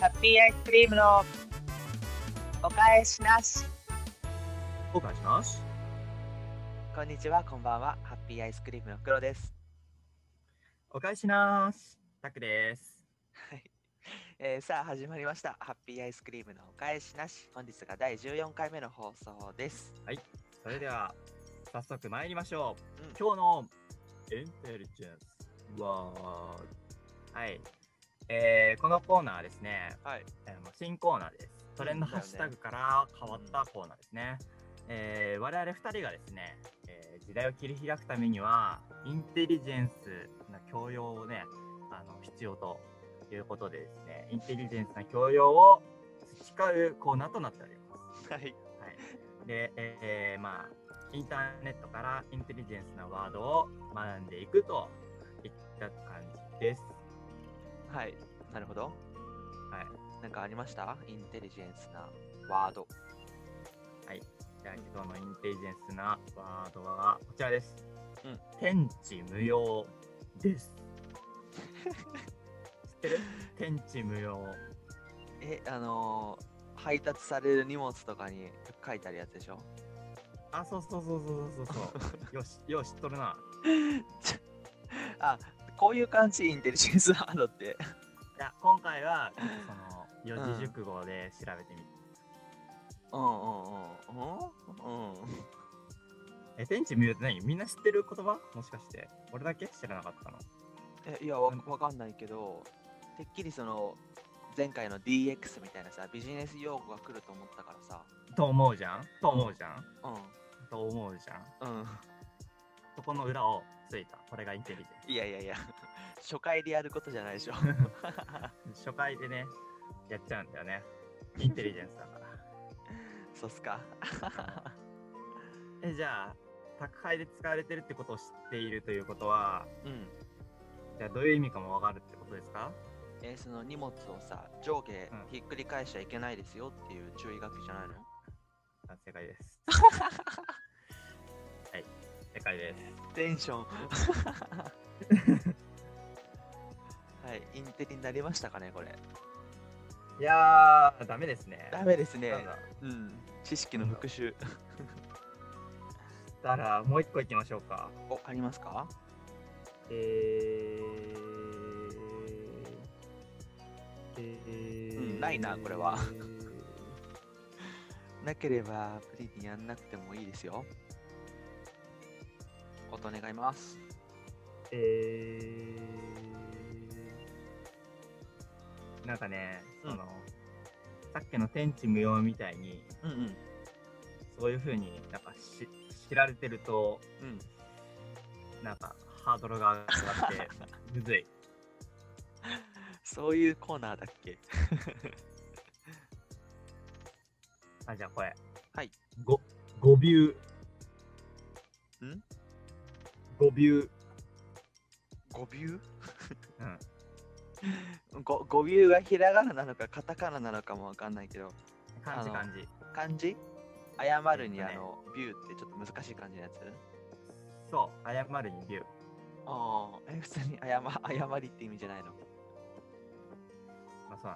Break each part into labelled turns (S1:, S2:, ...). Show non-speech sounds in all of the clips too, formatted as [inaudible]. S1: ハッピーアイスクリームのお返しなし。
S2: お返しなし。
S1: こんにちは、こんばんは。ハッピーアイスクリームの黒です。
S2: お返しなし。タクです。
S1: はい。えーさあ、始まりました。ハッピーアイスクリームのお返しなし。本日が第14回目の放送です。
S2: それでは、早速参りましょう。
S1: うん
S2: 今日のインテリジェンスは、はい。えー、このコーナーはですね、
S1: はい。
S2: えーまあ新コーナーです。トレンドハッシュタグから変わったコーナーですね。えー、我々二人がですね、えー時代を切り開くためには、インテリジェンスな教養をね、あの必要ということでですね、インテリジェンスな教養を培うコーナーとなっております。
S1: はい。
S2: はい、で、えーまあインターネットからインテリジェンスなワードを学んでいくといった感じです。
S1: はい。なるほど。
S2: はい、
S1: なんかありましたインテリジェンスなワード。
S2: じゃあ今日のインテリジェンスなワードはこちらです。
S1: うん
S2: 天地無用です。 [laughs] 知ってる天地無用。
S1: え、あのー配達される荷物とかに書いてあるやつでしょ
S2: あ、そうそうそうそうそうそう
S1: [laughs]
S2: そう。よし、よし、知っとるな。
S1: あ、こういう感じ、インテリジェンスワードって。
S2: いや、今回は、ちょっとその、四字熟語で調べてみて。
S1: うんうんうん。うんうん。
S2: え、天地無用って何みんな知ってる言葉もしかして。俺だけ知らなかったの。
S1: えいやわ
S2: うん
S1: わかんないけどてっきりその前回の DX みたいなさビジネス用語が来ると思ったからさ
S2: と思うじゃんと思うじゃん
S1: う
S2: と思うじゃん
S1: ん [laughs] うん
S2: そこの裏をついた。これがインテリジ
S1: いやいやいや初回でやることじゃないでし [laughs] ょ
S2: ェンス。初回でね、やっちゃうんだよね。インテリジェンスだ
S1: [laughs]
S2: から。
S1: そうっすか
S2: え、じゃあ、宅配で使われてるってことを知っているということは、
S1: うん
S2: じゃあどういう意味かもわかるってことですか
S1: えその荷物をさ上下
S2: うん
S1: ひっくり返しちゃいけないですよっていう注意書きじゃないの
S2: あ正解
S1: [laughs]
S2: です。はい、正解です。
S1: テンシ [laughs] ョンはいインテリになりましたかねこれ
S2: いやー、ダメですね。
S1: ダメです
S2: な
S1: ね
S2: んだ
S1: うん知識の復習
S2: だから、もう一個いきましょうか。
S1: おありますか
S2: えー、えー
S1: うんないなこれ
S2: [laughs]
S1: は。なければ無理にやんなくてもいいですよ。こと願います。
S2: えー、なんかね、
S1: うん
S2: その、さっきの天地無用みたいに、
S1: うんうん。
S2: そういう風になんかし知られてると、
S1: うん、
S2: なんかハードルが上が
S1: [laughs]
S2: って、むずい。
S1: そういうコーナーだっけ
S2: あ、じゃあこれ。
S1: はい。
S2: ご、ごびゅう。
S1: ん
S2: ごびゅう。
S1: 語尾
S2: うん。
S1: ご語尾がひらがななのかカタカナなのかもわかんないけど、
S2: 感じ
S1: あの
S2: 感じ。
S1: 漢字謝るに
S2: えっと
S1: あ
S2: ね
S1: の、ビューってちょっと難しい感じのやつ
S2: そう、謝るにびゅう。
S1: ああ、え、普通に謝謝りって意味じゃないの
S2: まあそう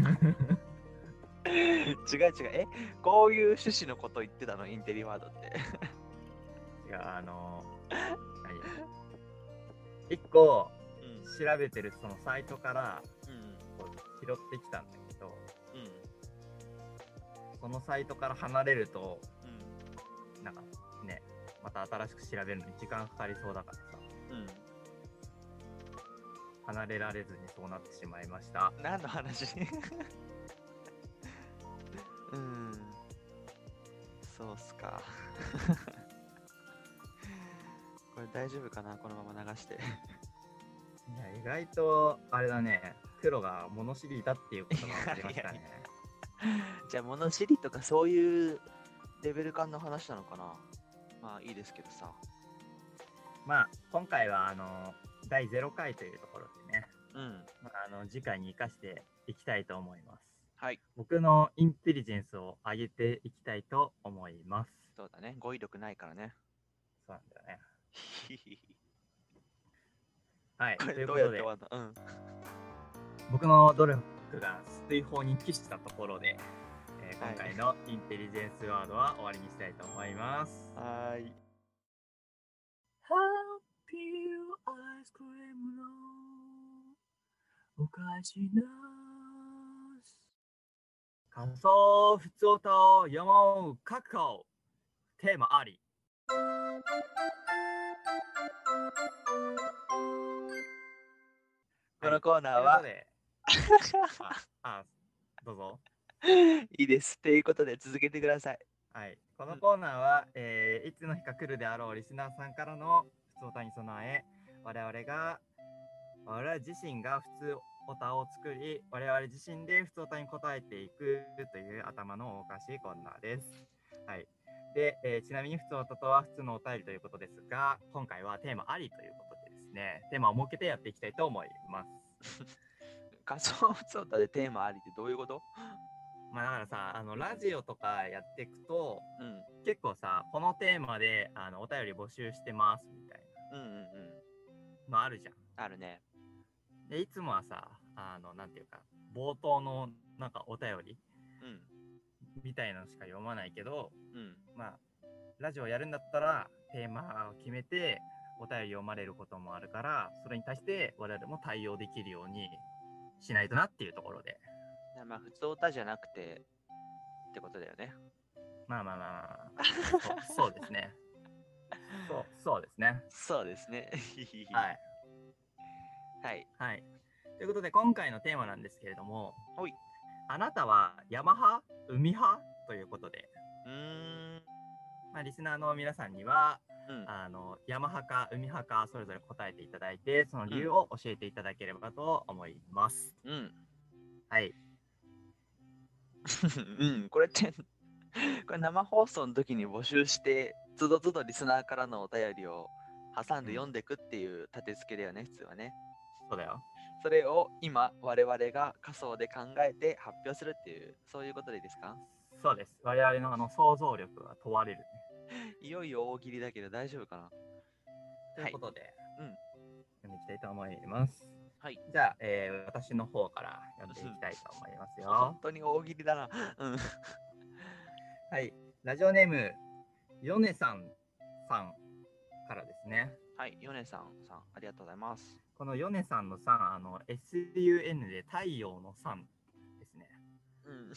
S2: なん
S1: [laughs]
S2: です、ね。
S1: 違う違う。え、こういう趣旨のこと言ってたの、インテリワードって。
S2: いや、あの何や。一個
S1: うん、
S2: 調べてるそのサイトから
S1: うん、
S2: こう拾ってきたんだけど、
S1: うん、
S2: そのサイトから離れると、
S1: うん。
S2: なんかね、また新しく調べるのに時間かかりそうだからさ、
S1: う
S2: 離れられずにそうなってしまいました。
S1: ん、何の話 [laughs] うんそうっすか [laughs] これ大丈夫かなこのまま流 [laughs] して
S2: いや、意外と、あれだね、黒が物知りだって [laughs] いうことが分かりましたね。
S1: じゃあ物知りとかそういうレベル感の話なのかなまあいいですけどさ
S2: まあ、今回は、あの、第0回というところでね、
S1: うん
S2: まあ、あの次回に生かしていきたいと思います。
S1: はい
S2: 僕のインテリジェンスを上げていきたいと思います。
S1: そうだね語彙力ない [laughs] からね
S2: そうなんだよね。はい、
S1: こと
S2: い
S1: れ
S2: う
S1: ど
S2: こ
S1: うやっ
S2: と
S1: て
S2: で
S1: 終、わるのうん
S2: 僕の努力ックが水泡に帰したところで、えー
S1: はい
S2: 今回のインテリジェンスワードは終わりにしたいと思います。
S1: はーい。
S2: ハッピーアイスクリームのお菓子なす。感想、ふつおたを読もう、覚悟。テーマあり。
S1: このコーナー
S2: と
S1: は、
S2: いうこと
S1: [laughs]
S2: でああ、どうぞ。
S1: いいです。ということで続けてください。
S2: はい、このコーナーは、えーいつの日か来るであろうリスナーさんからの普通歌に備え我々が我々自身が普通歌を作り我々自身で普通歌に答えていくという頭のおかしいコーナーです。はいでえーちなみに普通歌とは普通のお便りということですが今回はテーマありということでですねテーマを設けてやっていきたいと思います。
S1: 仮想普通歌でテーマありってどういうこと
S2: まあ、だからさあのラジオとかやっていくと
S1: うん。
S2: 結構さこのテーマであのお便り募集してますみたい
S1: うんうんうん。
S2: なのあるじゃん。
S1: あるね。
S2: でいつもはさあのなんていうか冒頭のなんかお便り
S1: うん。
S2: みたいなのしか読まないけど
S1: うん。
S2: まあラジオやるんだったらテーマを決めてお便り読まれることもあるからそれに対して我々も対応できるようにしないとなっていうところで
S1: いやまあ、普通歌じゃなくて、ってことだよね。
S2: まあまあまあまあ、まあ、そうそうですねそうそうですね
S1: そうです [laughs] ね。
S2: はい
S1: はい。
S2: はい。ということで、今回のテーマなんですけれども、
S1: はい
S2: あなたは山派海派ということで、
S1: うーん。
S2: まあ、リスナーの皆さんには、
S1: うん。
S2: あの山派か海派かそれぞれ答えていただいて、その理由を教えていただければと思います。
S1: うん。 [laughs]
S2: はい。
S1: うん。これって、 [laughs] これ生放送の時に募集して、つどつどリスナーからのお便りを挟ん
S2: う
S1: で
S2: ん
S1: 読んでくっていう立て付けだよね、普通はね。
S2: そうだよ。
S1: それを今、我々が仮想で考えて発表するっていう、そういうことでいいですか
S2: そうです。我々のあの想像力が問われる、ね。
S1: いよいよ大喜利だけど大丈夫かな
S2: ということで、
S1: うん
S2: 読んでいきたいと思います。
S1: はい。
S2: じゃあ、えー私の方から読んでいきたいと思いますよ
S1: 本。当に大喜利だな。うん。
S2: はい、ラジオネーム、ヨネさんさんからですね。
S1: はい、ヨネさんさん、ありがとうございます。
S2: このヨネさんのさん、あの、SUN で太陽のさんですね。
S1: うん。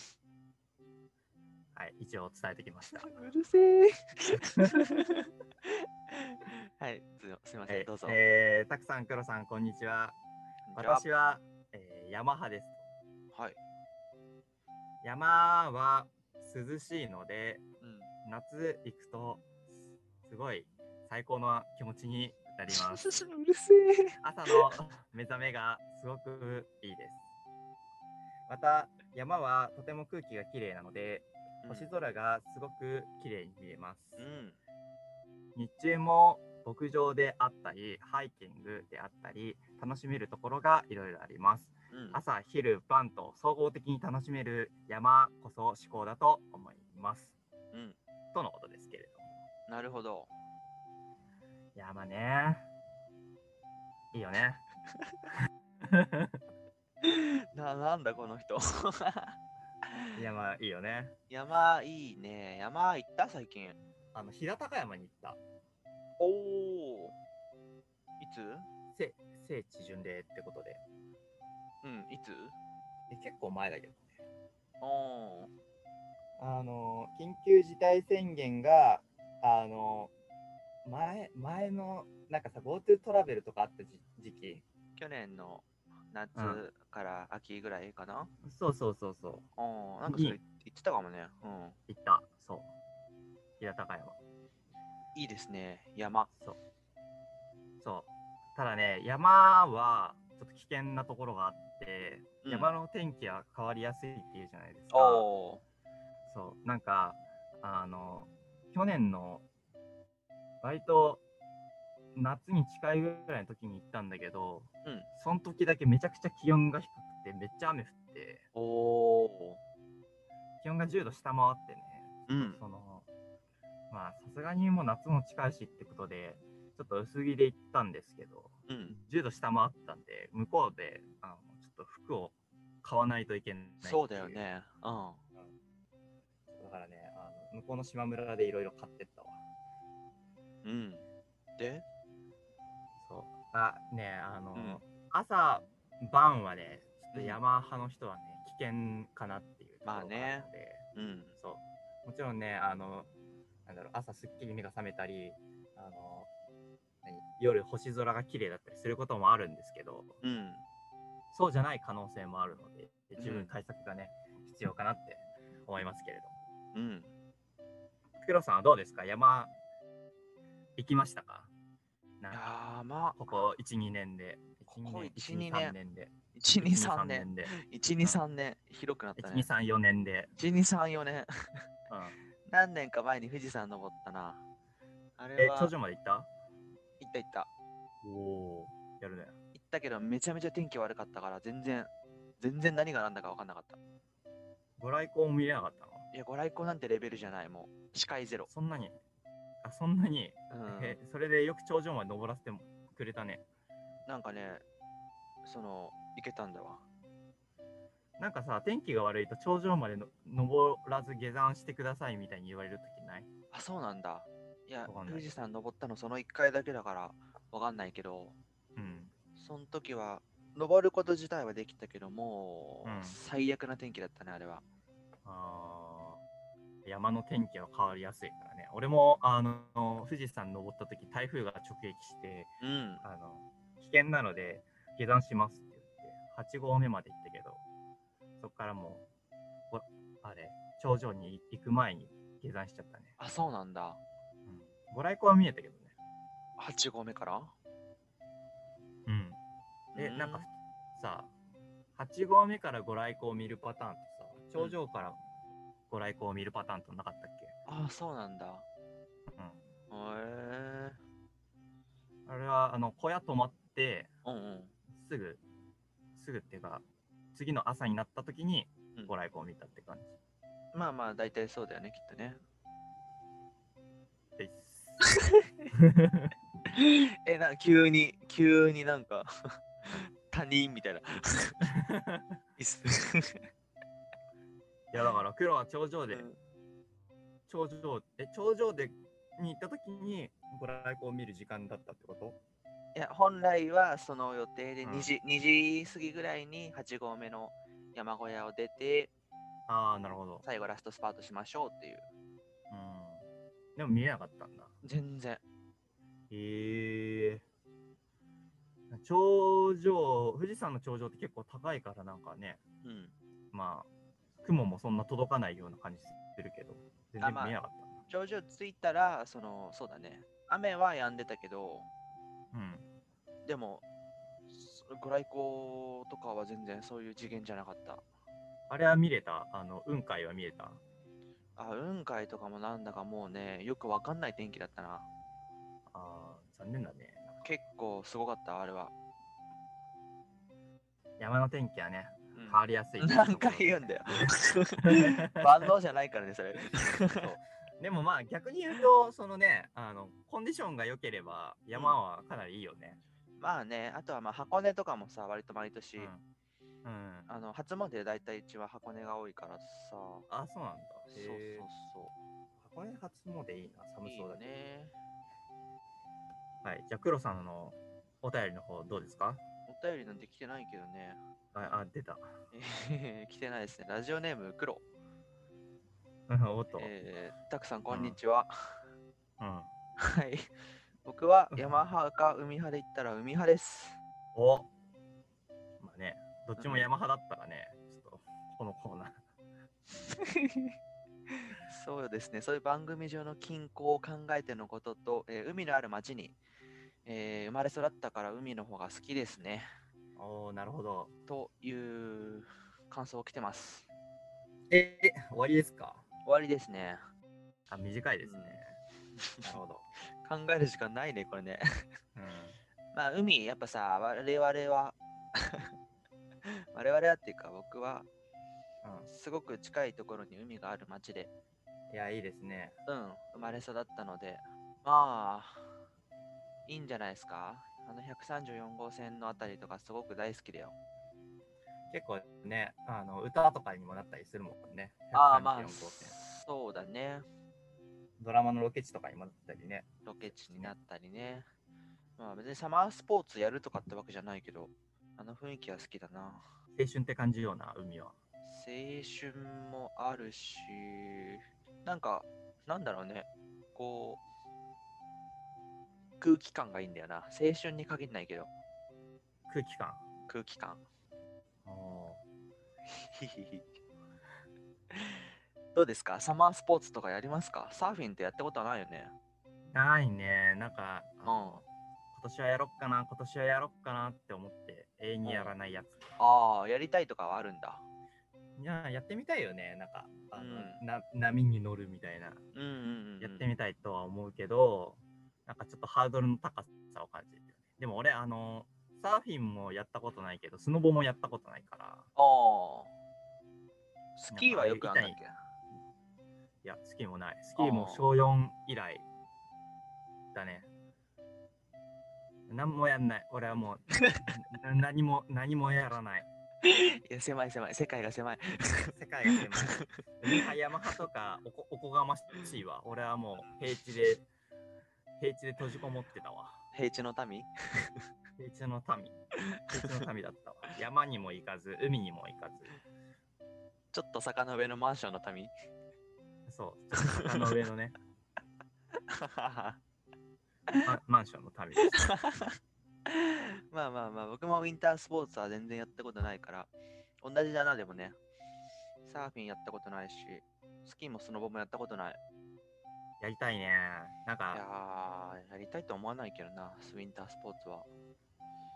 S2: はい、一応伝えてきました。
S1: うるせえ。 [laughs] はい、すすいませ
S2: え
S1: ん、どうぞ。
S2: えーたくさん、黒さん、こんにちは。
S1: こんにち
S2: 私は、
S1: は
S2: えー、山派です。
S1: はい。
S2: 山は涼しいので、 [laughs]
S1: うん。
S2: 夏行くと、すごい最高な気持ちになります。
S1: うるせえ。
S2: 朝の目覚めがすごくいいです。また山はとても空気が綺麗なので、星空がすごく綺麗に見えます。
S1: うん。
S2: 日中も牧場であったり、ハイキングであったり、楽しめるところがいろいろあります。
S1: うん。
S2: 朝、昼、晩と総合的に楽しめる山こそ至高だと思います。
S1: うん。
S2: とのことですけれども。
S1: なるほど。 [laughs]
S2: 山ね。いいよね。 [laughs]
S1: な、なんだこの人。 [laughs]
S2: 山いいよね。
S1: 山いいね。山行った最近。
S2: あの平高山に行った。
S1: おお。いつ
S2: せ聖地巡礼ってことで
S1: うん、いつ
S2: で結構前だけど
S1: おー
S2: あの緊急事態宣言があの前前のなんかさ GoTo トラベルとかあった時時期
S1: 去年の夏
S2: うん
S1: から秋ぐらいかな。
S2: そうそうそうそう
S1: おーなんかそれ
S2: いい
S1: 言ってたかもね。うん。
S2: 行ったそう平高山
S1: いいですね。山。
S2: そうそうただね山はちょっと危険なところがあって、
S1: うん
S2: 山の天気は変わりやすいっていうじゃないですか
S1: おー
S2: そう、なんか、あの、去年の、割と、夏に近いぐらいの時に行ったんだけど、
S1: うん
S2: その時だけめちゃくちゃ気温が低くて、めっちゃ雨降って、
S1: おお。
S2: 気温が10度下回ってね、
S1: うん。
S2: その、まあ、さすがにもう夏も近いしってことで、ちょっと薄着で行ったんですけど、
S1: うん。
S2: 10度下回ったんで、向こうで、あの、ちょっと服を買わないといけないってい
S1: そうだよね。うん。
S2: だからねあの向こうの島村でいろいろ買ってったわ
S1: うん。で、
S2: そうあねえあの、
S1: うん
S2: 朝晩はねちょっと山派の人はね危険かなっていうところがあるので、
S1: まあねうん。
S2: そうもちろんねあのなんだろう朝すっきり目が覚めたりあの何夜星空が綺麗だったりすることもあるんですけど
S1: うん。
S2: そうじゃない可能性もあるので自
S1: うん
S2: 分対策がね、必要かなって思いますけれども
S1: うん。
S2: 黒さんはどうですか山行きましたかなんか
S1: 山、
S2: ここ12年で
S1: ここ
S2: 1 2
S1: 1-2年
S2: 年で
S1: 1、2、3年。
S2: で
S1: 1、2、3年。広くなったね。
S2: 1234年で、
S1: 1、2、3、4年。 [laughs]
S2: うん、
S1: 何年か前に富士山登ったな。あれ
S2: え
S1: は、
S2: 頂
S1: 行っ
S2: 上まで行った
S1: た行った。
S2: おおーやるね
S1: 行ったけど、めちゃめちゃ天気悪かったから、全然、全然何が何だか分かんなかった。
S2: ご来光も見れなかったの
S1: いや、ご来光なんてレベルじゃない、もう。視界ゼロ。
S2: そんなにあそんなに、
S1: うん
S2: え。それでよく頂上まで登らせてもくれたね
S1: なんかね、その、行けたんだわ。
S2: なんかさ天気が悪いと頂上までの登らず下山してくださいみたいに言われる時ない
S1: あ、そうなんだ。い
S2: わ
S1: や
S2: かん、ない
S1: 富士山登ったのその1回だけだから、わかんないけど、
S2: うん
S1: その時は、登ること自体はできたけども、
S2: うん
S1: 最悪な天気だったね、あれは。
S2: あー山の天気は変わりやすいからね俺もあの富士山登った時台風が直撃して
S1: うん。
S2: あの危険なので下山しますって言って8合目まで行ったけどそこからもうおあれ頂上に行く前に下山しちゃったね、
S1: あ、そうなんだ。
S2: うん、ご来光は見えたけどね
S1: 8合目から
S2: うんで、
S1: う
S2: なんかさ、8合目からご来光を見るパターンとさ、頂上からご来光を見るパターンとなかったっ
S1: あ、そうなんだ。
S2: け、
S1: へえ。
S2: うん、あれはあの小屋泊まって、
S1: うんうん。
S2: すぐ、すぐっていうか、次の朝になった時に
S1: うん
S2: ご来光を見たって感じ
S1: まあまあ、大体そうだよね、きっとね。
S2: です。
S1: [laughs] え、なんか急に、急になんか、 [laughs] 他人みた
S2: [laughs]
S1: いな。いいっす
S2: いやだから黒は頂上で、
S1: うん
S2: 頂上え頂上でに行った時にご来光を見る時間だったってこと
S1: いや、本来はその予定で
S2: うん
S1: 2時、2時過ぎぐらいに8合目の山小屋を出て、
S2: ああなるほど、
S1: 最後ラストスパートしましょうっていう。
S2: うん、でも見えなかったんだ
S1: 全然。
S2: へえ頂上富士山の頂上って結構高いからなんかね
S1: うん。
S2: まあ雲もそんな届かないような感じするけど全然
S1: あまあ
S2: 見えなかっ
S1: 頂上着いたら、その、そうだね。雨は止んでたけど、
S2: たな
S1: でも、そご来光とかは全然そういう次元じゃなかった。
S2: うん、あれは見れたあの雲海は見えた
S1: あ、雲海とかもなんだかもうね、よくわかんない天気だったな。
S2: あー残念だね
S1: 結構すごかった、あれは。
S2: 山の天気はね
S1: うん
S2: 変わりやすい、
S1: 何回
S2: [laughs]
S1: 言うんだよ。万能じゃないからね、それ。
S2: [laughs] そうでもまあ逆に言うとそのねあのコンディションが良ければ山はかなりいいよね、
S1: まあね、あとはまあ箱根とかもさ、割と毎年、
S2: うんうん
S1: あの初詣で大体うちは箱根が多いからさ、そ
S2: あそうなんだ
S1: うそう
S2: へー
S1: そ
S2: 箱根初詣いいな
S1: う。
S2: 寒
S1: いい
S2: そう
S1: よ
S2: だけど
S1: ね。
S2: はい、じゃあ黒さんのお便りの方どうですか
S1: お便りなんて来てないけどね。
S2: ああ出た [laughs]
S1: えー来てないですね。ラジオネーム、黒。
S2: おっと、
S1: えー、たくさん、こんにちは。
S2: うん、
S1: はい。僕は山派か海派で言ったら海派です。
S2: おまあねどっちも山派だったらねちょっとこのコーナー
S1: そうですね、そういう番組上の均衡を考えてのことと、えー海のある町に、えー生まれ育ったから海の方が好きですね、
S2: おーなるほど
S1: という感想を来てます。
S2: ええ終わりですか
S1: 終わりですね。
S2: あ短いですね、なるほど、
S1: 考える時間ないね、これね。
S2: うん、
S1: まあ、海、やっぱさ、我々は、我々はっていうか、僕は
S2: う
S1: すごく近いところに海がある町で、
S2: ん、いやいいですね
S1: うん、生まれ育ったので、まあ、いいんじゃないですか。あの134号線のあたりとかすごく大好きだよ。
S2: 結構ね、あの歌とかにもなったりするもんね。
S1: ああ、まあ
S2: 134号線、
S1: そうだね。
S2: ドラマのロケ地とかにもなったりね。
S1: ロケ地になったりね。まあ別にサマースポーツやるとかってわけじゃないけど、あの雰囲気は好きだな。
S2: 青春って感じような海は。
S1: 青春もあるし、なんか、なんだろうね、こう、空気感がいいんだよな。青春に限らないけど、
S2: 空気感。
S1: 空気感。
S2: お
S1: ひひひ [laughs] どうですかサマースポーツとかやりますかサーフィンってやったことはないよね。
S2: ーないね。なんか、
S1: う
S2: あ
S1: ん。
S2: の
S1: あ
S2: 今年はやろっかな、今年はやろっかなって思って、永遠にやらないやつ。
S1: あー、やりたいとかはあるんだ。
S2: いやー、やってみたいよね。なんか、あの、
S1: う
S2: な波に乗るみたいな。
S1: うんうん、うん。
S2: やってみたいとは思うけど、なんかちょっとハードルの高さを感じるよね。でも俺、あの、サーフィンもやったことないけど、スノボもやったことないから、
S1: ああ。スキーはよくあんだっけ
S2: いや、スキーもない。スキーも
S1: あー
S2: 小4以来だね。何もやんない。俺はも
S1: [laughs]
S2: う、な何も、何もやらない。
S1: いや、狭い狭い。世界が狭い。 [laughs]
S2: 世界が狭い。海山派とかおこ、おこがましいわ。俺はもう、平地で、平地で閉じこもってたわ。
S1: 平地の民
S2: 平地の民。平地の民だったわ。山にも行かず、海にも行かず。
S1: ちょっと坂の上のマンションの民
S2: そう、ちょっと坂の上の
S1: [laughs]
S2: ね、ママンションの民です。
S1: まあまあまあ、僕もウィンタースポーツは全然やったことないから、同じだな、でもね。サーフィンやったことないし、スキーもスノボもやったことない。
S2: やりたいね。なん
S1: いや
S2: か、
S1: ー、やりたいと思わないけどな、スウィンタースポーツは。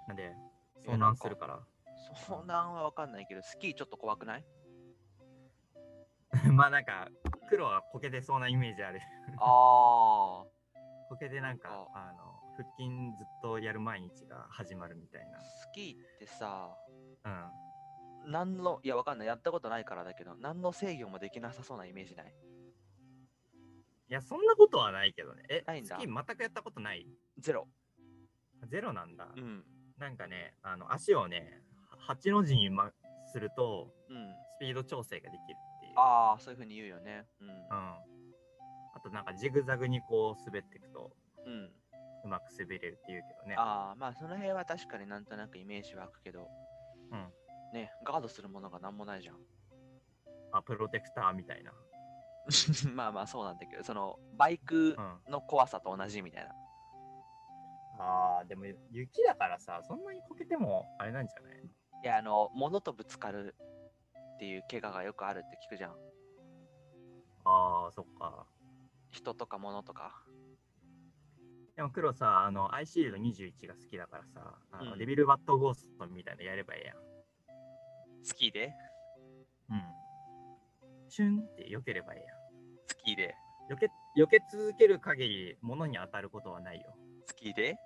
S2: なんで、
S1: いや
S2: 遭難するから。
S1: 遭難はわかんないけど、スキーちょっと怖くない
S2: [laughs] まあなんか、黒はこけてそうなイメージある。 [laughs]
S1: あ
S2: こけてなんか、
S1: なんか
S2: あの、腹筋ずっとやる毎日が始まるみたい
S1: ー、スキーってさ、
S2: な。うん。
S1: 何の、いや、わかんない、やったことないからだけど、何の制御もできなさそうなイメージない。
S2: いや、そんなことはないけどね。え、
S1: ないん
S2: スキ
S1: だ
S2: ー全くやったことない
S1: ゼロ。
S2: ゼロなんだ。
S1: うん。
S2: なんかね、あの、足をね、8の字に、ますると、
S1: うん。
S2: スピード調整ができるっていう。
S1: ああ、そういうふうに言うよね。うん。
S2: うん。あとなんかジグザグにこう滑っていくと
S1: うん。
S2: うまく滑れるっていうけどね。
S1: ああ、まあその辺は確かになんとなくイメージ湧くけど、
S2: うん。
S1: ね、ガードするものが何もないじゃ
S2: あ、プロテクターみたいな。
S1: ん。 [laughs] まあまあそうなんだけど、そのバイク
S2: うん。あ
S1: の怖さと同じみたいな。
S2: あー、でも雪だからさ、そんなにこけてもあれなんじゃない
S1: いや、あの、物とぶつかるっていう怪我がよくあるって聞くじゃん。
S2: ああ、そっか。
S1: 人とか物とか。
S2: でも黒さ、あの、アイシールド21が好きだからさ、あの
S1: うん
S2: デビルバットゴーストみたいなのやればいいやん。
S1: スキーで
S2: うん。シュンって避ければいいや
S1: スキーで
S2: ん。避け、避け続ける限り物に当たることはないよ。
S1: スキーで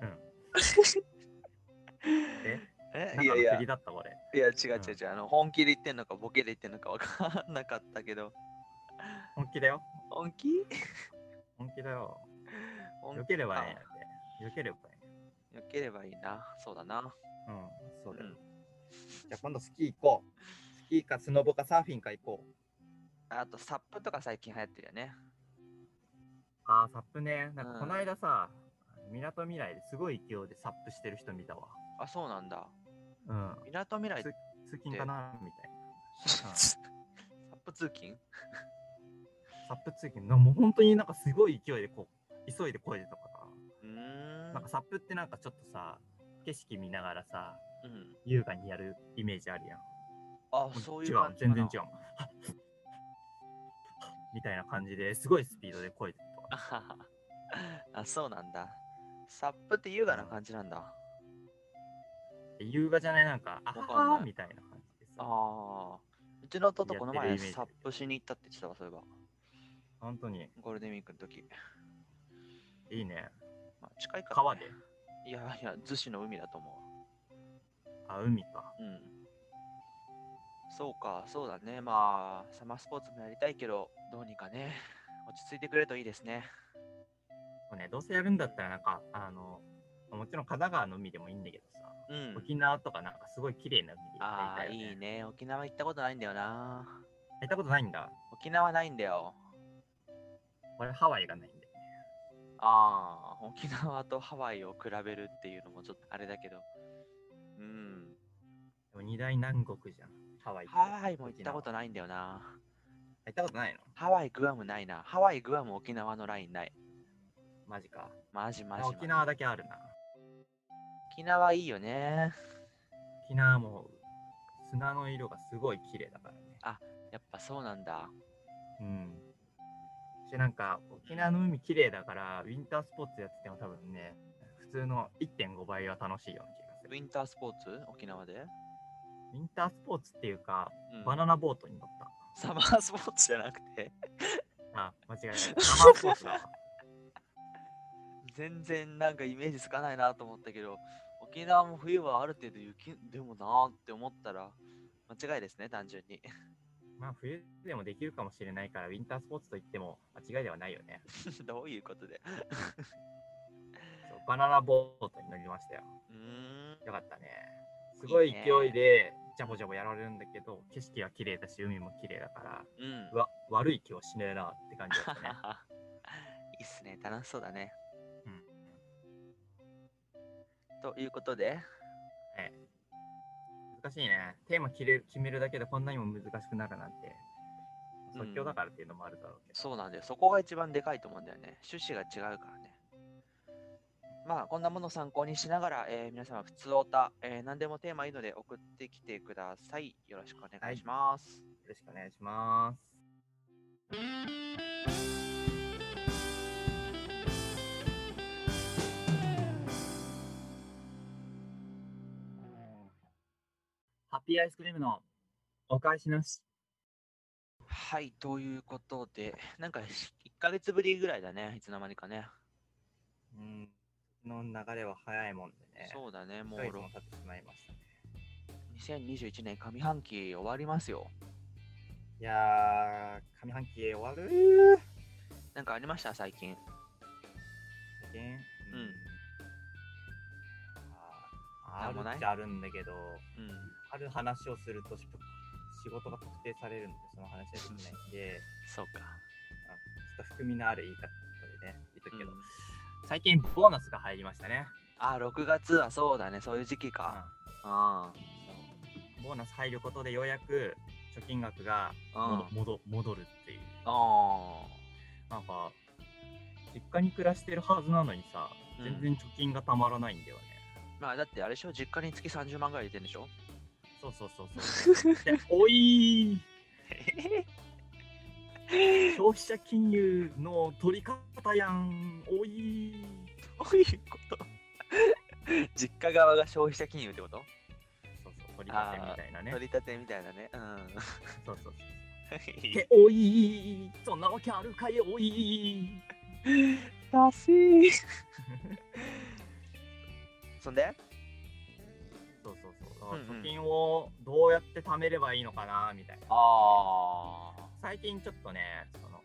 S2: うん。うん。 [laughs] え
S1: え
S2: なん
S1: い
S2: か
S1: や
S2: の
S1: いや、
S2: 振
S1: い
S2: りだった俺。う
S1: や違う違
S2: ん
S1: う違う、あの、本気で言ってんのかボケで言ってんのか分かんなかったけど。
S2: 本気だよ。
S1: 本気
S2: 本気だよ。
S1: 本
S2: よければね
S1: あ。
S2: よければね。
S1: 気よければいいな。そうだな。
S2: うん、そうだよ。
S1: うん
S2: じゃあ今度スキー行こう。スキーかスノボかサーフィンか行こう。
S1: あと、サップとか最近流行ってるよね。
S2: あー、サップね。なん
S1: う
S2: か
S1: ん
S2: この間さ、みなとみらいですごい勢いでサップしてる人見たわ。
S1: あ、そうなんだ。
S2: うん。
S1: みなとみらい
S2: つ通勤かなみたいな。
S1: [laughs] サップ通勤
S2: サップ通勤、なもう本当になんかすごい勢いでこう、急いで声出たから。
S1: うーん
S2: なんかサップってなんかちょっとさ、景色見ながらさ、
S1: うん。
S2: 優雅にやるイメージあるやん。
S1: あ、そういう
S2: 違
S1: 感
S2: う、
S1: じ
S2: 全
S1: か
S2: 然
S1: な
S2: 違う。 [laughs] みたいな感じですごいスピードで声出たと
S1: あ
S2: か。
S1: はは [laughs] あ、そうなんだ。サップって優雅な感じなんだ。
S2: 優雅じゃないなんか、あ
S1: わかん
S2: は
S1: な
S2: ー
S1: い
S2: みたいな感じでさ。
S1: ああ。うちの弟この
S2: やっ
S1: 前
S2: てるイメージ
S1: サップしに行ったって言ってたわ、そういえば。
S2: 本当に
S1: ゴールデンウィークの時。
S2: いいね。
S1: まあ、近いから、
S2: 川で。
S1: いやいや、逗子の海だと思
S2: あ、海か。
S1: う。うん。そうか、そうだね。まあ、サマースポーツもやりたいけど、どうにかね、落ち着いてくれるといいですね。
S2: そうね、どうせやるんだったらなんか、あの、もちろん神奈川の海でもいいんだけどさ、
S1: うん。
S2: 沖縄とかなんかすごい綺麗な海で行
S1: ああ、
S2: りたいよ
S1: いい
S2: ね。
S1: ね。沖縄行ったことないんだよな。
S2: 行ったことないんだ。
S1: 沖縄ないんだよ。
S2: 俺ハワイがないんだよね。
S1: ああ、沖縄とハワイを比べるっていうのもちょっとあれだけど。うん。
S2: でも二大南国じゃん。ハワイと
S1: ハワイも行ったこ
S2: 沖縄
S1: とないんだよな。
S2: 行ったことないの
S1: ハワイ、グアムないな。ハワイ、グアム、沖縄のラインない。
S2: マジか。
S1: マジマジ
S2: あ
S1: マジ
S2: 沖縄だけあるな。
S1: 沖縄いいよね。
S2: 沖縄も砂の色がすごい綺麗だからね。
S1: やっぱそうなんだ。
S2: うん。そしてなんか沖縄の海綺麗だからウィンタースポーツやってても多分ね、普通の1.5倍は楽しいような気がす
S1: ウ
S2: る。
S1: ィンタースポーツ沖縄で、
S2: ウィンタースポーツっていうか、
S1: うん
S2: バナナボートに乗った。
S1: サマースポーツじゃなくて
S2: あ、間違
S1: [laughs]
S2: いない。サマースポーツだわ。
S1: 全然なんかイメージつかないなと思ったけど沖縄も冬はある程度雪でもなーって思ったら間違いですね単純に [laughs]
S2: まあ冬でもできるかもしれないから、ウィンタースポーツといっても間違いではないよね。
S1: どういうことで
S2: そうバナナボートに乗りましたよ。
S1: うーん
S2: よかったね。すごい勢いで、ジャボジャボやられるんだけど、景色は綺麗だし、海も綺麗だから、
S1: うん
S2: うわ、悪い気はしねえなって感じ
S1: [laughs]
S2: だったね。
S1: いいっすね楽しそうだね
S2: うん
S1: ということで
S2: 難しいね。テーマ決める決めるだけでこんなにも難しくなるなんて、即興だからっていうのもあるだろうけど。
S1: そうなんだよそこが一番でかいと思うんだよね趣旨が違うからねまあこんなものを参考にしながら、えー皆様普通おた、えー何でもテーマいいので送ってきてくださいよろしくお願いします、
S2: よろしくお願いします。ハッピーアイスクリームのお返しなし。
S1: はい、ということで、なんか1ヶ月ぶりぐらいだね、いつの間にかね。
S2: うん、の流れは早いもんでね。
S1: そうだね、も
S2: も
S1: う
S2: う
S1: ろ
S2: 経ってしまいましたね。
S1: 2021年上半期終わりますよ。
S2: いやー、上半期終わるー。
S1: なんかありました、最近。
S2: 最近
S1: うん
S2: あーあ
S1: なんも
S2: る
S1: ない
S2: っちゃあるんだけど、
S1: うん。
S2: ある話をすると仕事が特定されるので、その話はできないんで、
S1: そうか。
S2: あちょっと含みのある言い方でね、言っとくけど、
S1: うん
S2: 最近ボーナスが入りましたね。
S1: あ、6月はそうだね、そういう時期か。うん。
S2: うんボーナス入ることでようやく貯金額が
S1: うん。うん。
S2: 戻戻るっていう。
S1: あ
S2: なんか、実家に暮らしてるはずなのにさ、全然貯金がたまらないんだよね。
S1: ーまあ、だってあれでしょ、実家に月30万ぐらい入れてんでし [laughs] ょ。
S2: そうそうそうそう。
S1: [laughs]
S2: で、おいー消費者金融の取り方やん。おいー
S1: どういうこと [laughs] 実家側が消費者金融ってこと
S2: そうそう、取り立てみたいなね
S1: 取。り立てみたいなね。うん。 [laughs]
S2: そうそうそう。で、おいーそんなわけあるかい、おい
S1: らしい。そんで
S2: ーそうそうそう。だから
S1: うんうん
S2: 貯金をどうやって貯めればいいのかな、みたいな。
S1: ああ。
S2: 最近ちょっとね、その、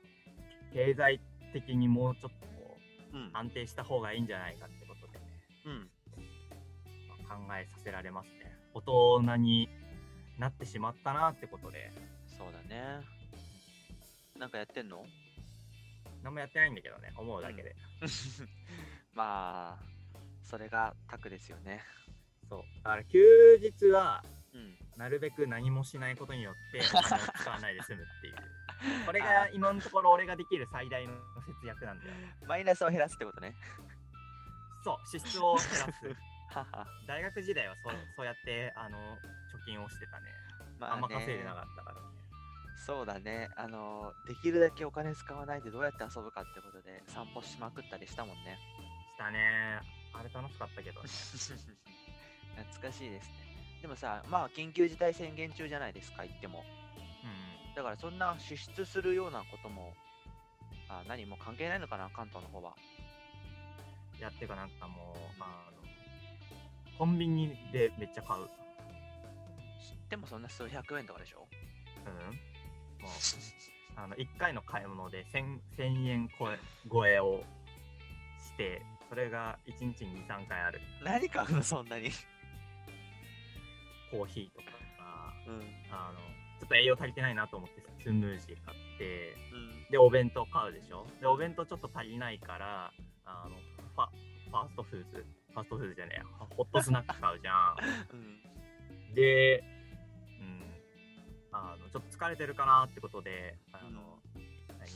S2: 経済的にもうちょっとこう
S1: うん。
S2: 安定した方がいいんじゃないかってことでね。
S1: うん。
S2: まあ考えさせられますね大人になってしまったなってことで
S1: そうだね。なんかやってんの [laughs]
S2: 何もやってないんだけどね思うだけで、
S1: まあ、それがタクですよね。
S2: そうだから休日は
S1: うん。
S2: なるべく何もしないことによ
S1: [laughs]
S2: ってお金を使わないで済むっていうこれが今のところ俺ができる最大の節約なんだよ
S1: マイナスを減らすってことね。
S2: そう支出を減ら
S1: [laughs]
S2: す
S1: はは。
S2: 大学時代はそうそうやってあの貯金をしてたね
S1: ま
S2: あ
S1: あ、ね、
S2: んま稼いでなかったからね
S1: そうだね。あの、できるだけお金使わないでどうやって遊ぶかってことで散歩しまくったりしたも
S2: [laughs]
S1: んね。
S2: したねあれ楽しかったけど、ね、
S1: 懐かしいですね。でもさ、まあ、緊急事態宣言中じゃないですか、言っても。
S2: うん
S1: だからそんな支出するようなことも、あ何もう関係ないのかな、関東の方は。
S2: いやってかなんかもう、まあ、あのコンビニでめっちゃ買う、うん、
S1: でもそんな数百円とかでしょ
S2: もうあの1回の買い物で 1000, 1000円超え超えをしてそれが1日に23回ある
S1: 何買うのそんなに。
S2: コーヒーとか
S1: うん。うん。
S2: あのちょっと栄養足りてないなと思ってスムージー買ってでお弁当買うでしょでお弁当ちょっと足りないからあのファファーストフーズファーストフーズじゃねえやホットスナック買うじゃ
S1: うん。
S2: んで、うん、あのちょっと疲れてるかなってことであの、何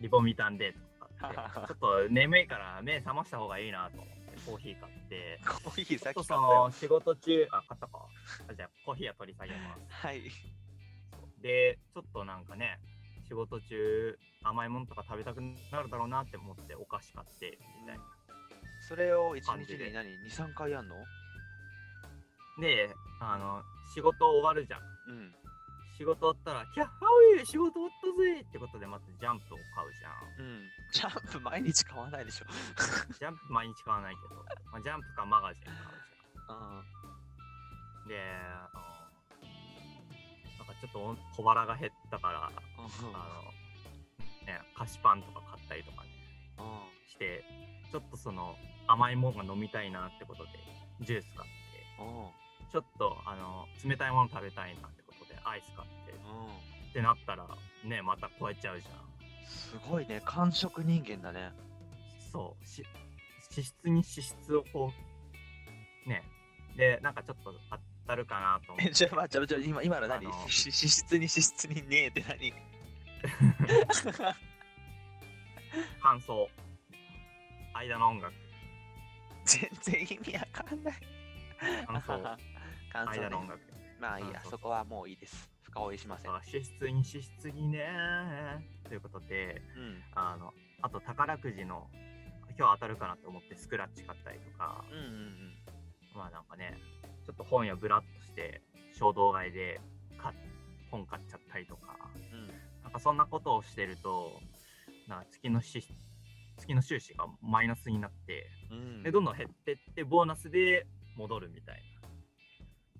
S2: リボミタンデーとか買ってちょっと眠いから目覚ました方がいいなと思ってコーヒー買って
S1: コーヒ
S2: ち
S1: ー
S2: ょ
S1: さっ
S2: っ
S1: き買
S2: と
S1: っ
S2: そ
S1: たよ
S2: の。仕事中あ買ったかあじゃあコーヒーは取り下げます
S1: はい。
S2: でちょっとなんかね仕事中甘いものとか食べたくなるだろうなって思ってお菓子買ってみたいな
S1: それを一
S2: 感
S1: 日
S2: じ
S1: に
S2: で
S1: 何 ?2、3回やんの
S2: であの仕事終わるじゃん
S1: うん。
S2: 仕事終わったら「キャッハウイ仕事終わったぜ!」ってことでまずジャンプを買うじゃ
S1: うん。ジャンプ毎日買わないでしょ。
S2: んジャンプ毎日買わないけど、まあ、ジャンプかマガジン買う
S1: うん。
S2: じゃんであのなんかちょっと小腹が減ったからあの、ね、菓子パンとか買ったりとかね
S1: うん。
S2: してちょっとその甘いものが飲みたいなってことでジュース買って
S1: うん。うん。
S2: ちょっとあの冷たいもの食べたいなってことでアイス買ってってなったらねまた超えちゃうじゃん
S1: すごいね。完食人間だね。
S2: そうし脂質に脂質をこうねでなんかちょっと当たるかなと思っ
S1: [laughs] え、
S2: て
S1: ちょ、待って、ちょ、今、今の何
S2: あの
S1: 脂質に脂質にねえって何
S2: 感想間の音楽
S1: 全然意味わかんない。 [laughs]
S2: 感想
S1: 感
S2: 間
S1: 想
S2: の音
S1: ね。
S2: 楽
S1: まあいい
S2: 感
S1: や、
S2: 想
S1: そこはもういいです。深追いしません。う
S2: あ脂質に脂質にねということで
S1: ん。
S2: あのあと宝くじの今日当たるかなと思ってスクラッチ買ったりとか
S1: うんうんうん。
S2: まあなんかねちょっと本屋ブラッとして衝動買いで買っ本買っちゃったりとか
S1: うん、
S2: なんかそんなことをしてるとなんか月のし月の収支がマイナスになって
S1: うん
S2: でどんどん減ってってボーナスで戻るみたい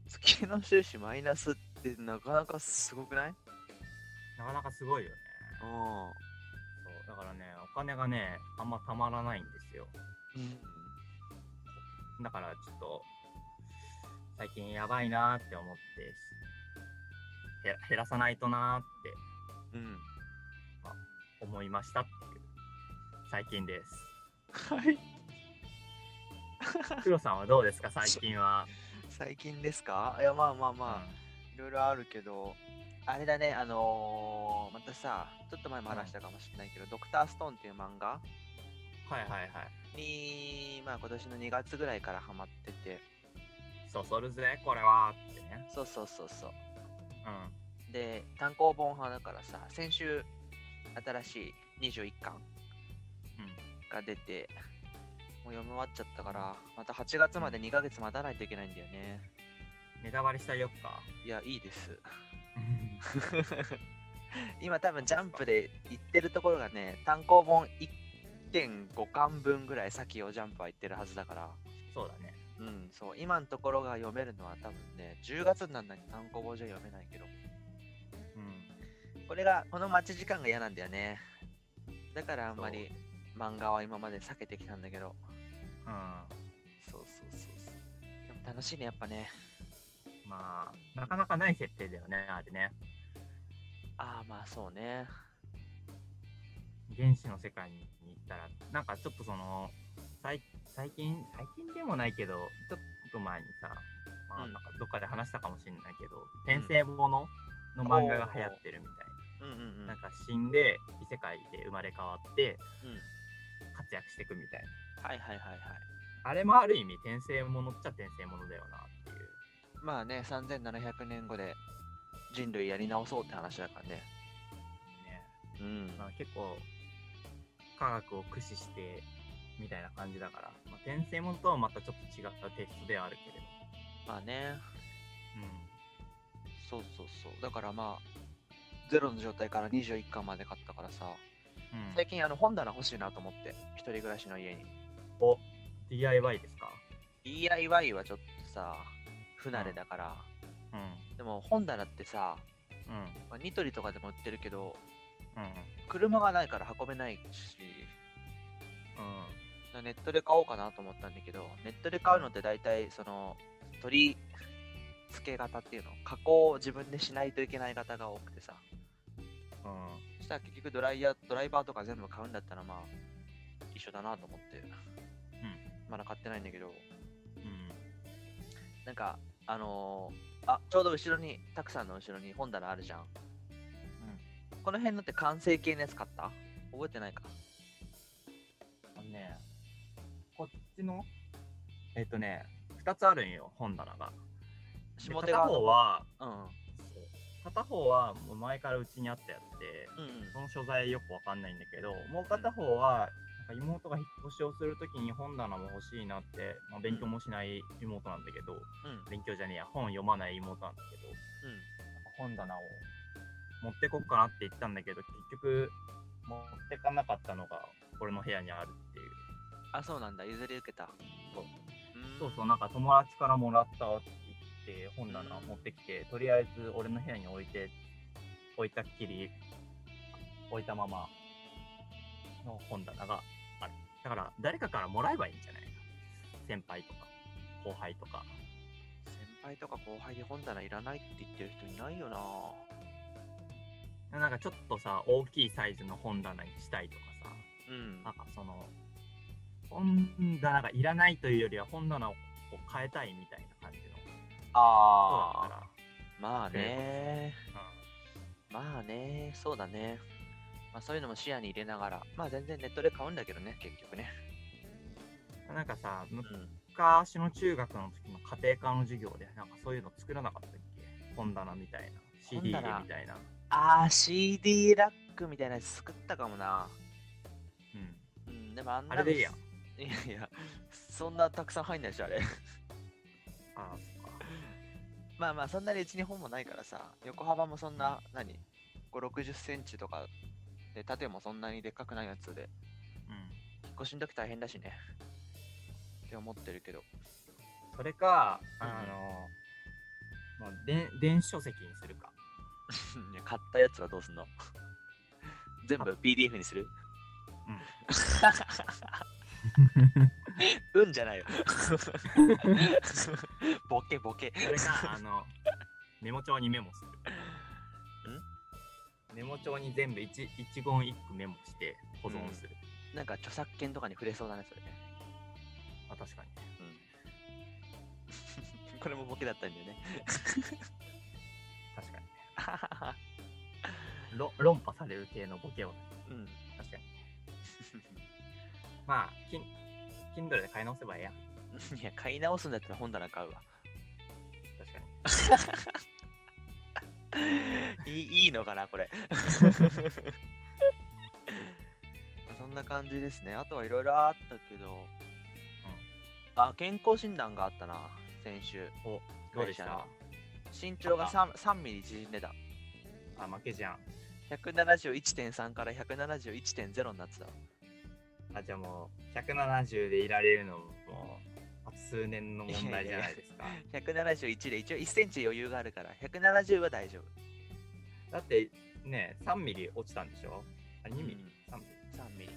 S1: 月の収支マイナスってなかなかすごくない
S2: ななかなかすごいよね
S1: う
S2: そうだからねお金がねあんまたまらないんですよ
S1: ん。
S2: だからちょっと最近やばいなーって思ってへ減らさないとなーって
S1: うん。
S2: 思いましたっていう最近です
S1: はい。
S2: 黒さんはどうですか最近は、
S1: 最近ですかいや、まあまあまあ、いろいろあるけど、あれだね、あのーまたさ、ちょっと前も話したかもしれないけど、ドクターストーンっていう漫画
S2: うんはいはいはい
S1: に、まあ今年の2月ぐらいからハマってて、
S2: そそるぜこれはってね
S1: そうそうそうそう。
S2: う
S1: で単行本派だからさ先週新しい21巻
S2: んうん
S1: が出てもう読み終わっちゃったからまた8月まで2ヶ月待たないといけないんだよね
S2: ネタバレしたりよっ
S1: [laughs]
S2: か
S1: いやいいです今多分ジャンプで言ってるところがね単行本1.5巻分ぐらい先をジャンプは言ってるはずだから
S2: そうだね
S1: うんそう今のところが読めるのは多分ね10月にならないと単行本じゃ読めないけど
S2: うん
S1: これがこの待ち時間が嫌なんだよねだからあんまり漫画は今まで避けてきたんだけど
S2: うんま
S1: そうそうそうそう。でも楽しいね、やっぱね。
S2: あなかなかない設定だよねあれね
S1: ああ、まあそうね。
S2: 原始の世界に行ったらなんかちょっとその最最近最近でもないけどちょっと前にさ、まあ、な
S1: う
S2: んんかどっかで話したかもしれないけど、転生ものの漫画が流行ってるみたい
S1: うんうんうん。
S2: な,、なんか死んで異世界で生まれ変わって
S1: うん、
S2: 活躍していくみたいな
S1: はいはいはいはい。
S2: あれもある意味転生ものっちゃ転生ものだよなっていう
S1: まあね、3700年後で人類やり直そうって話だからね。
S2: ね、
S1: うん。
S2: まあ、結構科学を駆使してみたいな感じだから、まあ、転生ものとはまたちょっと違ったテイストではあるけれど
S1: まあね、
S2: うん
S1: そうそうそう。だからまあ、ゼロの状態から21巻まで買ったからさ、
S2: うん
S1: 最近あの本棚欲しいなと思って、一人暮らしの家に。
S2: お DIY ですか
S1: DIY はちょっとさ、不慣れだから、
S2: うん
S1: でも本棚ってさ、
S2: うん
S1: まあ、ニトリとかでも売ってるけど、
S2: うん
S1: 車がないから運べないし、
S2: うん
S1: ネットで買おうかなと思ったんだけど、ネットで買うのって大体、その、取り付け型っていうの、加工を自分でしないといけない型が多くてさ、
S2: うん
S1: そしたら結局ドライヤー、ドライバーとか全部買うんだったら、まあ、一緒だなと思って、まだ買ってないんだけど、
S2: うん
S1: なんか、あのーあ、ちょうど後ろに、たくさんの後ろに本棚あるじゃん。この辺のって完成形のやつ買った覚えてないか。
S2: あのねこっちのえっとね2つあるんよ本棚がで
S1: 下手
S2: 片
S1: 側の
S2: 方、は
S1: うんうん、
S2: そう片方はもう前からうちにあったやつで
S1: うんうん。
S2: その所在よくわかんないんだけどもう片方はなんか妹が引っ越しをするときに本棚も欲しいなって、まあ、勉強もしない妹なんだけど
S1: うんうん。
S2: 勉強じゃねえや本読まない妹なんだけど本棚を持ってこっかなって言ったんだけど結局持ってかなかったのが俺の部屋にあるっていう
S1: あ、そうなんだ。譲り受けた。
S2: そう
S1: うん
S2: そうそうなんか友達からもらったって言って本棚持ってきてとりあえず俺の部屋に置いて置いたっきり置いたままの本棚があるだから誰かからもらえばいいんじゃない先輩とか後輩とか
S1: 先輩とか後輩で本棚いらないって言ってる人いないよな
S2: なんかちょっとさ大きいサイズの本棚にしたいとかさ
S1: うん
S2: なんかその本棚がいらないというよりは本棚を変えたいみたいな感じのそうだ
S1: あ
S2: か
S1: まあね
S2: ら、
S1: まあねそうだねまあそういうのも視野に入れながらまあ全然ネットで買うんだけどね結局ね
S2: うん、なんかさ
S1: うん
S2: 昔の中学の時の家庭科の授業でなんかそういうの作らなかったっけ本棚みたいな CD
S1: 本
S2: 入
S1: 棚
S2: れみたいな、
S1: ああ CD ラックみたいなやつ作ったかもな
S2: うん、
S1: うんでもあんな
S2: あ
S1: の
S2: れでいいや
S1: いやいやそんなたくさん入んないでしょあれ [laughs]
S2: ああそっか
S1: まあまあそんなにうちに本もないからさ横幅もそんな何5 6 0センチとかで縦もそんなにでっかくないやつで
S2: うん
S1: 引っ越しの時大変だしね。って思ってるけど。
S2: それか
S1: うん
S2: あの、まあ、で電子書籍にするか
S1: いや買ったやつはどうすんの [laughs] 全部 PDF にする [laughs] うんじゃないよ。 [laughs] ボケボケ。
S2: それかあ [laughs] のメモ帳にメモするメモ帳に全部一一言一句メモして保存する、
S1: なんか著作権とかに触れそうだね、それね。
S2: あ確かに
S1: うん、 [laughs] これもボケだったんだよね。
S2: 確かにろ論破される系のボケを
S1: うん、
S2: 確 [laughs] かにまあキン Kindle で買い直せばええやん
S1: いや、買い直すんだった [laughs] ら本棚買うわ。 [laughs]
S2: 確かに
S1: いいいいのかな、これ。
S2: [laughs]
S1: そんな感じですね。あとはいろいろあったけど、あ、健康診断があったな、先週。
S2: おどうでした
S1: 身長が 3, 3ミリ縮んでた。
S2: あ負けじゃん
S1: 171.3から171.0になってたわ。
S2: あじゃあもう170でいられるのももうあと数年の問題じゃないですか
S1: 171で一応1センチ余裕があるから、170は大丈夫。
S2: だってね3ミリ落ちたんでしょあ2ミリ、
S1: うん
S2: 3ミ
S1: 3ミリ。
S2: リ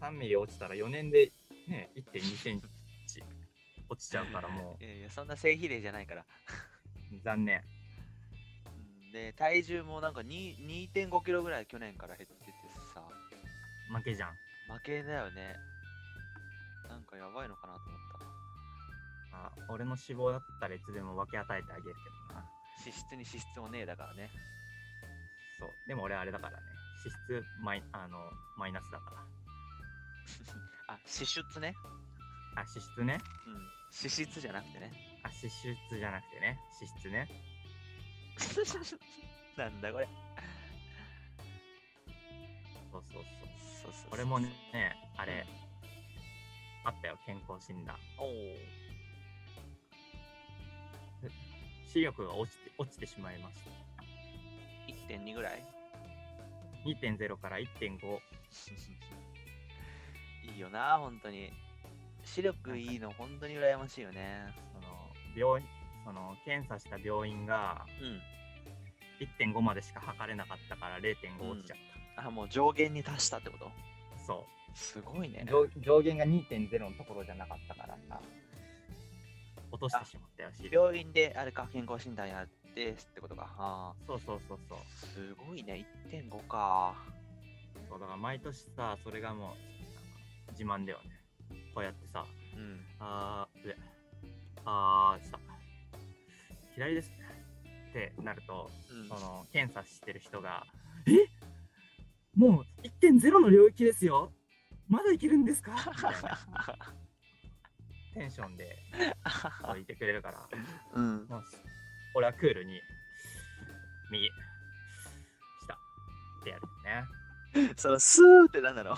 S2: 3ミリ落ちたら4年でね1 2センチ落ちちゃうからも
S1: いやいや、そんな正比例じゃないから。
S2: う残念
S1: うんで、体重もなんか2 2.5キロぐらい去年から減っててさ。
S2: 負けじゃん
S1: 負けだよねなんかやばいのかなと思った
S2: あ俺の脂肪だったらいつでも分け与えてあげるけどな
S1: 脂質に脂質もねえだからね
S2: そうでも俺あれだからね脂質マイあのマイナスだから
S1: あ脂質ね
S2: あ脂質ね
S1: うん脂質じゃなくてね
S2: [laughs] あ脂質じゃなくてね脂質ね
S1: なんだこれ
S2: そうそうそう
S1: そうそうそう
S2: 俺もねあ
S1: うん
S2: れ、あったよ健康診断
S1: おお
S2: 視力が落ちて落ちてしまいました
S1: 1.2ぐらい
S2: 2.0から1.5
S1: [laughs] いいよな本当に視力いいの本当に羨ましいよね
S2: その病院その検査した病院が
S1: うん
S2: 1.5までしか測れなかったから0.5落ちちゃっ
S1: あもう上限に達したってこと
S2: た、そ
S1: すごいね
S2: う。上上限が2.0のところじゃなかったからさ落としてしまったよ資料
S1: 病院であれか健康診断やってってことかあ
S2: そうそうそうそう
S1: ーすごいね1.5か
S2: そうだから毎年さそれがもう自慢だよねこうやってさ
S1: うん
S2: あー上あーさ左ですってなると
S1: うん
S2: その検査してる人が「えもう1.0の領域ですよまだいけるんですか?」みたいな [laughs] テンションでそう言ってくれるから
S1: [laughs] うん
S2: もう俺はクールに右下ってやるよね
S1: そのスーってなんだろう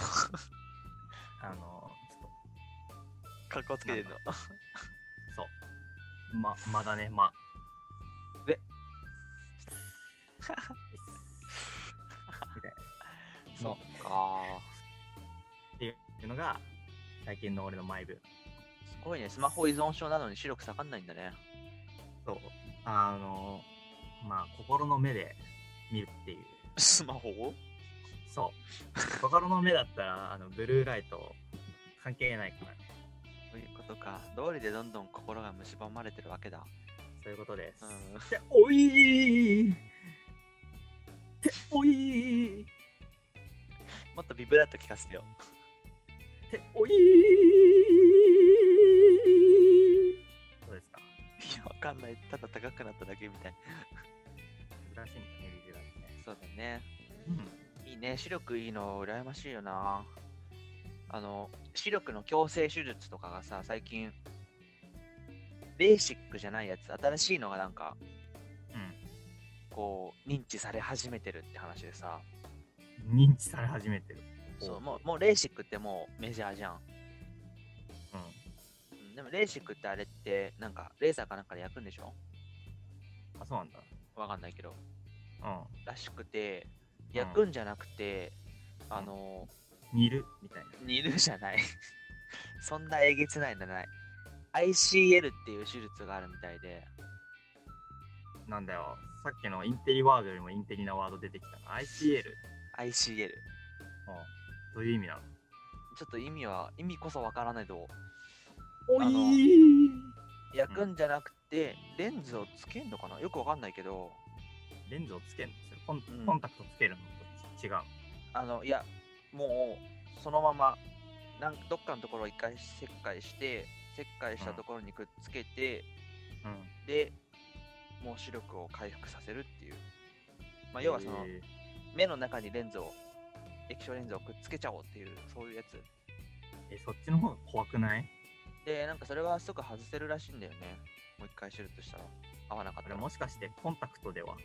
S2: あのちょっと
S1: かっこつけてるの
S2: そうままだねま
S1: で
S2: みたいな
S1: そ
S2: の
S1: っか
S2: っていうのが最近の俺のマイブーム
S1: すごいねスマホ依存症なのに視力下がんないんだね
S2: そうあのまあ心の目で見るっていう
S1: スマホを
S2: そう心の目だったらあのブルーライト関係ないからね
S1: そういうことか道理でどんどん心が蝕まれてるわけだ
S2: そういうことです、
S1: うん
S2: でおいーておいー
S1: もっとビブラート聞かせてよ [laughs]
S2: ておいーどうですか
S1: いやわかんないただ高くなっただけみたい
S2: 難しいんだねビジュアルね
S1: そうだね
S2: うん
S1: いいね、視力いいの羨ましいよな。あの、視力の矯正手術とかがさ、最近、ベーシックじゃないやつ、新しいのがなんか、こう、認知され始めてるって話でさ、
S2: うん認知され始めてる
S1: そう
S2: う
S1: もうもうレーシックってもうメジャーじゃん。
S2: うん
S1: うんでもレーシックってあれって、なんか、レーザーかなんかで焼くんでしょ
S2: あそうなんだ
S1: わかんないけど。
S2: う
S1: らしくて、焼くんじゃなくて、あの、
S2: ん煮るみたいな
S1: 煮るじゃない [laughs] そんなえげつないのない ICL っていう手術があるみたいで
S2: なんだよ、さっきのインテリワードよりもインテリなワード出てきたな。ICL。
S1: ICL
S2: どういう意味なの
S1: ちょっと意味は意味こそわからないと
S2: お
S1: いー
S2: い
S1: 焼くんじゃなくてレンズをつけんのかなよくわかんないけど
S2: レンズをつけるのそれコン
S1: うん
S2: コンタクトつけるのと違う。
S1: あのいやもうそのままなんどっかのところを一回切開して切開したところにくっつけて、
S2: うん。
S1: でもう視力を回復させるっていう、まあ、要はその、
S2: え
S1: 目の中にレンズを液晶レンズをくっつけちゃおうっていうそういうやつ
S2: ーえそっちの方が怖くない
S1: でなんかそれはすぐ外せるらしいんだよねもう一回手術したら合わな
S2: あ
S1: かった
S2: れ
S1: ら
S2: もしかしてコンタクトでは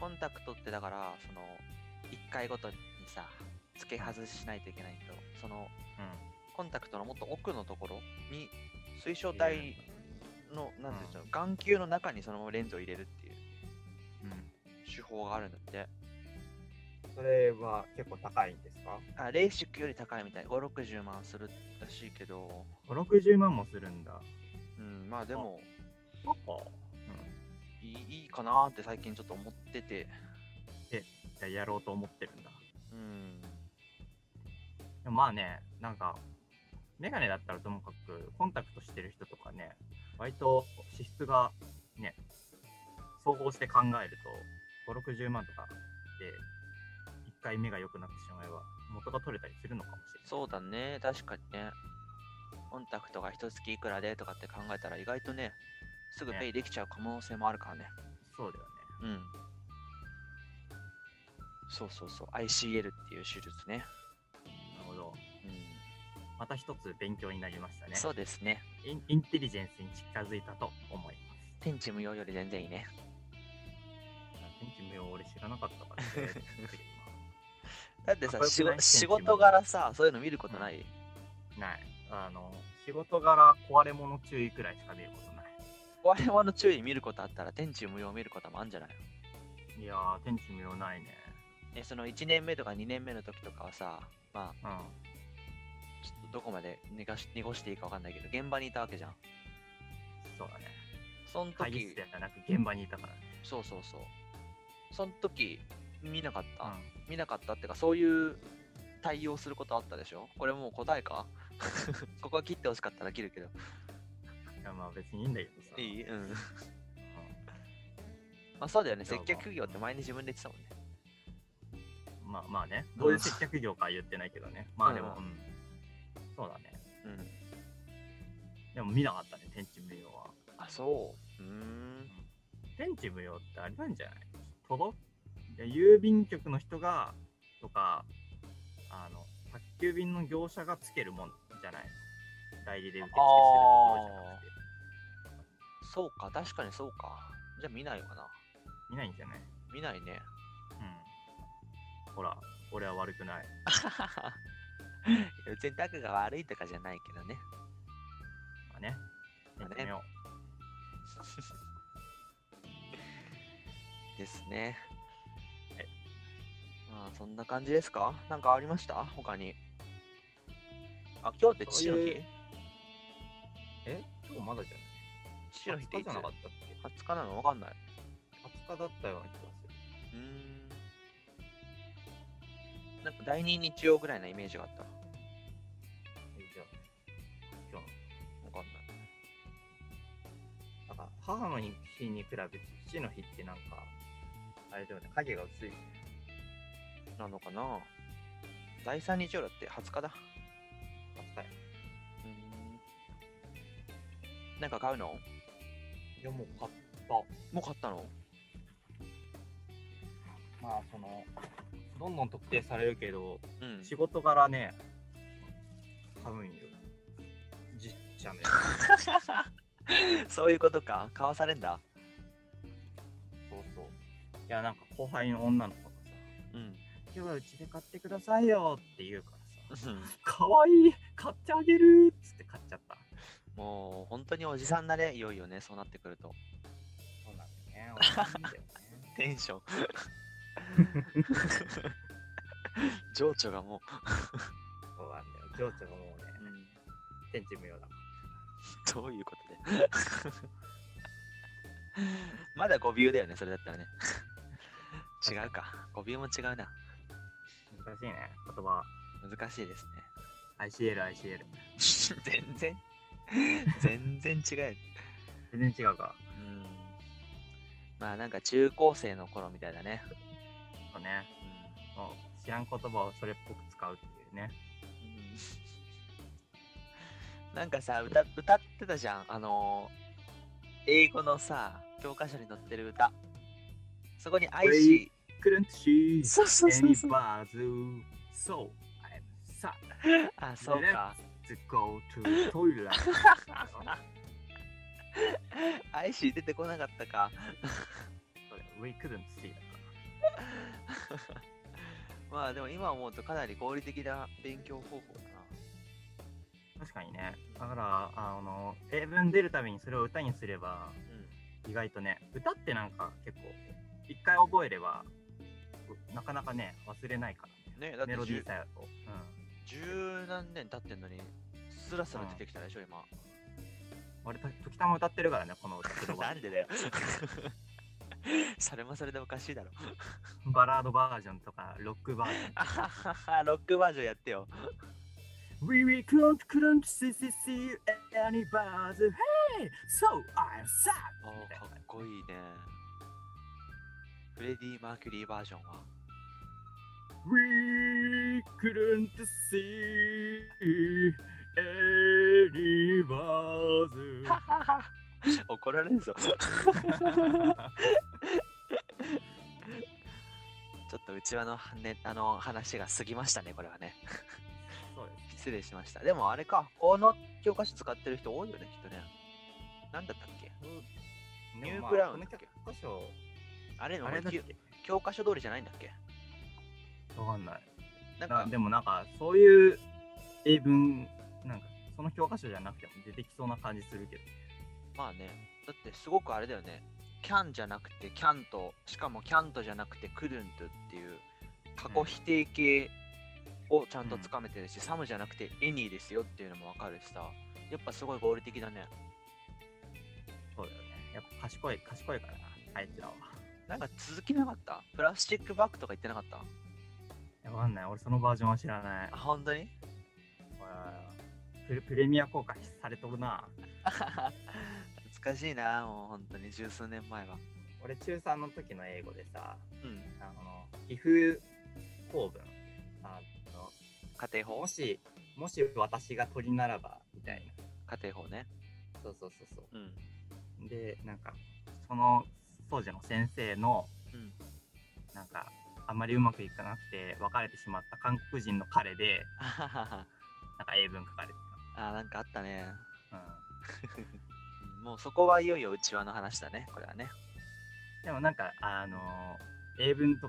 S1: コンタクトってだからその1回ごとにさ付け外しないといけないけどその
S2: う。
S1: コンタクトのもっと奥のところに水晶体の、なんていうんでしょう眼球の中にそのレンズを入れるっていうん手法があるんだって
S2: それは結構高いんですか
S1: あレーシックより高いみたい560万するらしいけど
S2: ?5、60万もするんだ。
S1: うんまあでも
S2: そっか。うん。
S1: いいいいかなーって最近ちょっと思ってて
S2: じゃあやろうと思ってるんだ。
S1: うん
S2: でもまあね、なんか、メガネだったらともかく、コンタクトしてる人とかね、割と支出がね、総合して考えると、5、60万とかで、1回目が良くなってしまえば、元が取れたりするのかもしれない。
S1: そうだね確かにねコンタクトが一月いくらでとかって考えたら意外とねすぐ
S2: ね
S1: ペイできちゃう可能性もあるからね
S2: そうだよね。
S1: うんそうそうそう ICL っていう手術ね、
S2: なるほど。
S1: うん
S2: また一つ勉強になりましたね。
S1: そうですね
S2: インインテリジェンスに近づいたと思います。
S1: 天地無用より全然いいね
S2: 天気無用、俺知らなかったから、
S1: [laughs]
S2: ね。
S1: だって
S2: かっこ
S1: さ
S2: よ
S1: 仕
S2: くない
S1: 事仕
S2: 天地無
S1: 事
S2: 用
S1: 柄さそういうの見ることない、
S2: ない。あの、仕事柄壊れ物注意くらいしか見ることない。
S1: 我々の注意見ることあったら天地無用見ることもあるんじゃない
S2: いやー、天地無用ないね。
S1: ねその1年目とか2年目の時とかはさまあ
S2: うん。
S1: ちょっとどこまで逃がし濁していいか分かんないけど現場にいたわけじゃん
S2: そうだね。
S1: その
S2: 会議室
S1: 時
S2: ではなく現場にいたからね。
S1: そうそうそうその時見なかった、
S2: う
S1: 見なかったってかそういう対応することあったでしょこれもう答えか [laughs] ここは切ってほしかったら切るけど。
S2: いやまあ別にいいんだけどさ。
S1: いいうん。
S2: う
S1: まあそうだよね。
S2: じゃあ
S1: 接
S2: まあ
S1: 客業って前に自分で言ってたもんね。
S2: んまあまあね、どういう接客業かは言ってないけどね。まあでも、
S1: う
S2: うんん。そうだね。
S1: うん。
S2: でも見なかったね、天地無用は。
S1: あ、そう。うーん。
S2: 天地無用ってあれなんじゃない届くいや郵便局の人が、とか、あの、宅急便の業者がつけるもんじゃない代理で受付してるところじゃなくて。
S1: そうか。確かにそうか。じゃあ見ないわな。
S2: 見ないんじゃない
S1: 見ない [laughs] ね。
S2: うん。ほら、俺は悪くない。
S1: 別にタクが悪いとかじゃないけどね。
S2: まあね。
S1: まあね
S2: 天地無用。
S1: [laughs] ですね。
S2: はい
S1: まあそんな感じですかなんかありました他に。あ、今日って父の
S2: そう
S1: 日
S2: いうえ今日まだじゃない
S1: 父の日っていつ
S2: じゃなかっ
S1: ?20
S2: たっけ
S1: 日なのわかんない。
S2: 20日だったような気がする。
S1: うーん。なんか第2日曜ぐらいなイメージがあった。わ
S2: えじゃあ、今日
S1: かんない。
S2: なんか母の日に比べて父の日ってなんか、あれだよね、影が薄い。
S1: なのかな第3日曜だって20日だ。
S2: 扱い。
S1: うーんなんか買うの
S2: いや、もう買った。
S1: もう買ったの
S2: まあ、その、どんどん特定されるけど、
S1: うん。
S2: 仕事柄ね、買うんよ。実写ね。
S1: [laughs] そういうことか。買わされんだ。
S2: そうそう。いや、なんか後輩の女の子がさ、
S1: うん。 [laughs]
S2: 今日はうちで買ってくださいよって言うからさ、
S1: うん
S2: かわいい買ってあげるっつって買っちゃった。
S1: もう本当におじさんだね、いよいよね、そうなってくると。
S2: そうなんだよね。美味しいんだよね。 [laughs]
S1: テンショ [laughs] ン。情緒がも
S2: そうなんだよ。情緒がもうね
S1: う、、
S2: 天地無用だ。
S1: どういうことで。 [laughs] まだ5秒だよね、それだったらね。違うか。5秒も違うな。
S2: 難しいね。言葉。
S1: 難しいです
S2: ICL、ICL。
S1: ね。 [laughs] 全然、全然違う。
S2: 全然違うか。
S1: うん。まあなんか中高生の頃みたいだね。
S2: そうね。もう知らん言葉をそれっぽく使うっていうね。
S1: うん [laughs] なんかさ歌歌ってたじゃんあのー英語のさ教科書に載ってる歌そこに愛し
S2: クルンチー、
S1: そうそう
S2: エニバーズ、そう、I'm sad.
S1: あ [laughs] そうか [laughs]
S2: Let's go to toilet.
S1: 愛し出てこなかったか
S2: We couldn't see. だか
S1: まあでも今思うとかなり合理的な勉強方法だ
S2: ら確かにね。だから、あの、英文出るためにそれを歌にすれば、
S1: なうん
S2: 意外とね、歌ってなんか結構、一回覚えれば、うなかなかね、忘れないからね。
S1: ねだって
S2: メロディ
S1: 十
S2: ーさえを、うん、
S1: 十何年経ってんのにスラスラ出てきたでしょ今
S2: 俺と時たま歌ってるからねこの歌黒
S1: [laughs] な
S2: バ
S1: んでだよそれもそれでおかしいだろ
S2: バラードバージョンとかロックバージ
S1: あはははロックバージョンやってよ
S2: ョン We we couldn't couldn't see see see any bars Hey so I'm sad
S1: あ
S2: みたい
S1: ー
S2: な
S1: かっこいいね。フレディ・マーキュリーバージョンは。
S2: We couldn't see [laughs] any bars
S1: [laughs] 怒られるぞ。ちょ
S2: [laughs]
S1: っとうちわの,、ね、あの話が過ぎましたね、これはね。
S2: そうです
S1: 失礼しました。でもあれか、この教科書使ってる人多いよね、きっとね。なんだったっけニューブラウン
S2: でもまあこの曲箇所
S1: あれの
S2: あれだっけ
S1: 教教科書通りじゃないんだっけ
S2: わかんない
S1: なん
S2: な
S1: か、
S2: でもなんかそういう英文なんかその教科書じゃなくても出てきそうな感じするけど
S1: まあね、だってすごくあれだよね、キャンじゃなくてキャンと、しかもキャンとじゃなくてクルントっていう過去否定形をちゃんとつかめてるし、サムじゃなくてエニーですよっていうのもわかるしさ、やっぱすごい合理的だね。
S2: そうだよねやっぱ賢い賢いからなあいつらは
S1: なんか続きなかったプラスチックバッグとか言ってなかった
S2: いやわかんない。俺そのバージョンは知らない
S1: あ、。本当に
S2: プレプレミア公開されとるな。
S1: 懐かしいな、もう本当に十数年前は。
S2: 俺中3の時の英語でさ、
S1: うん、
S2: あの、if 構文。あの
S1: 家庭法
S2: もし、もし私が鳥ならば、みたいな。
S1: 家庭法ね。
S2: そうそうそうそ
S1: うん。
S2: う。で、なんか、その当時の先生の、
S1: うん。
S2: なんか、あんまりうまくいかなくて別れてしまった韓国人の彼で、
S1: あははは
S2: なんか英文書かれて
S1: あ、なんかあったね。
S2: た。うん。
S1: うんもうそこはいよいよ内輪の話だね、これはね。
S2: でもなんか、あの英文とか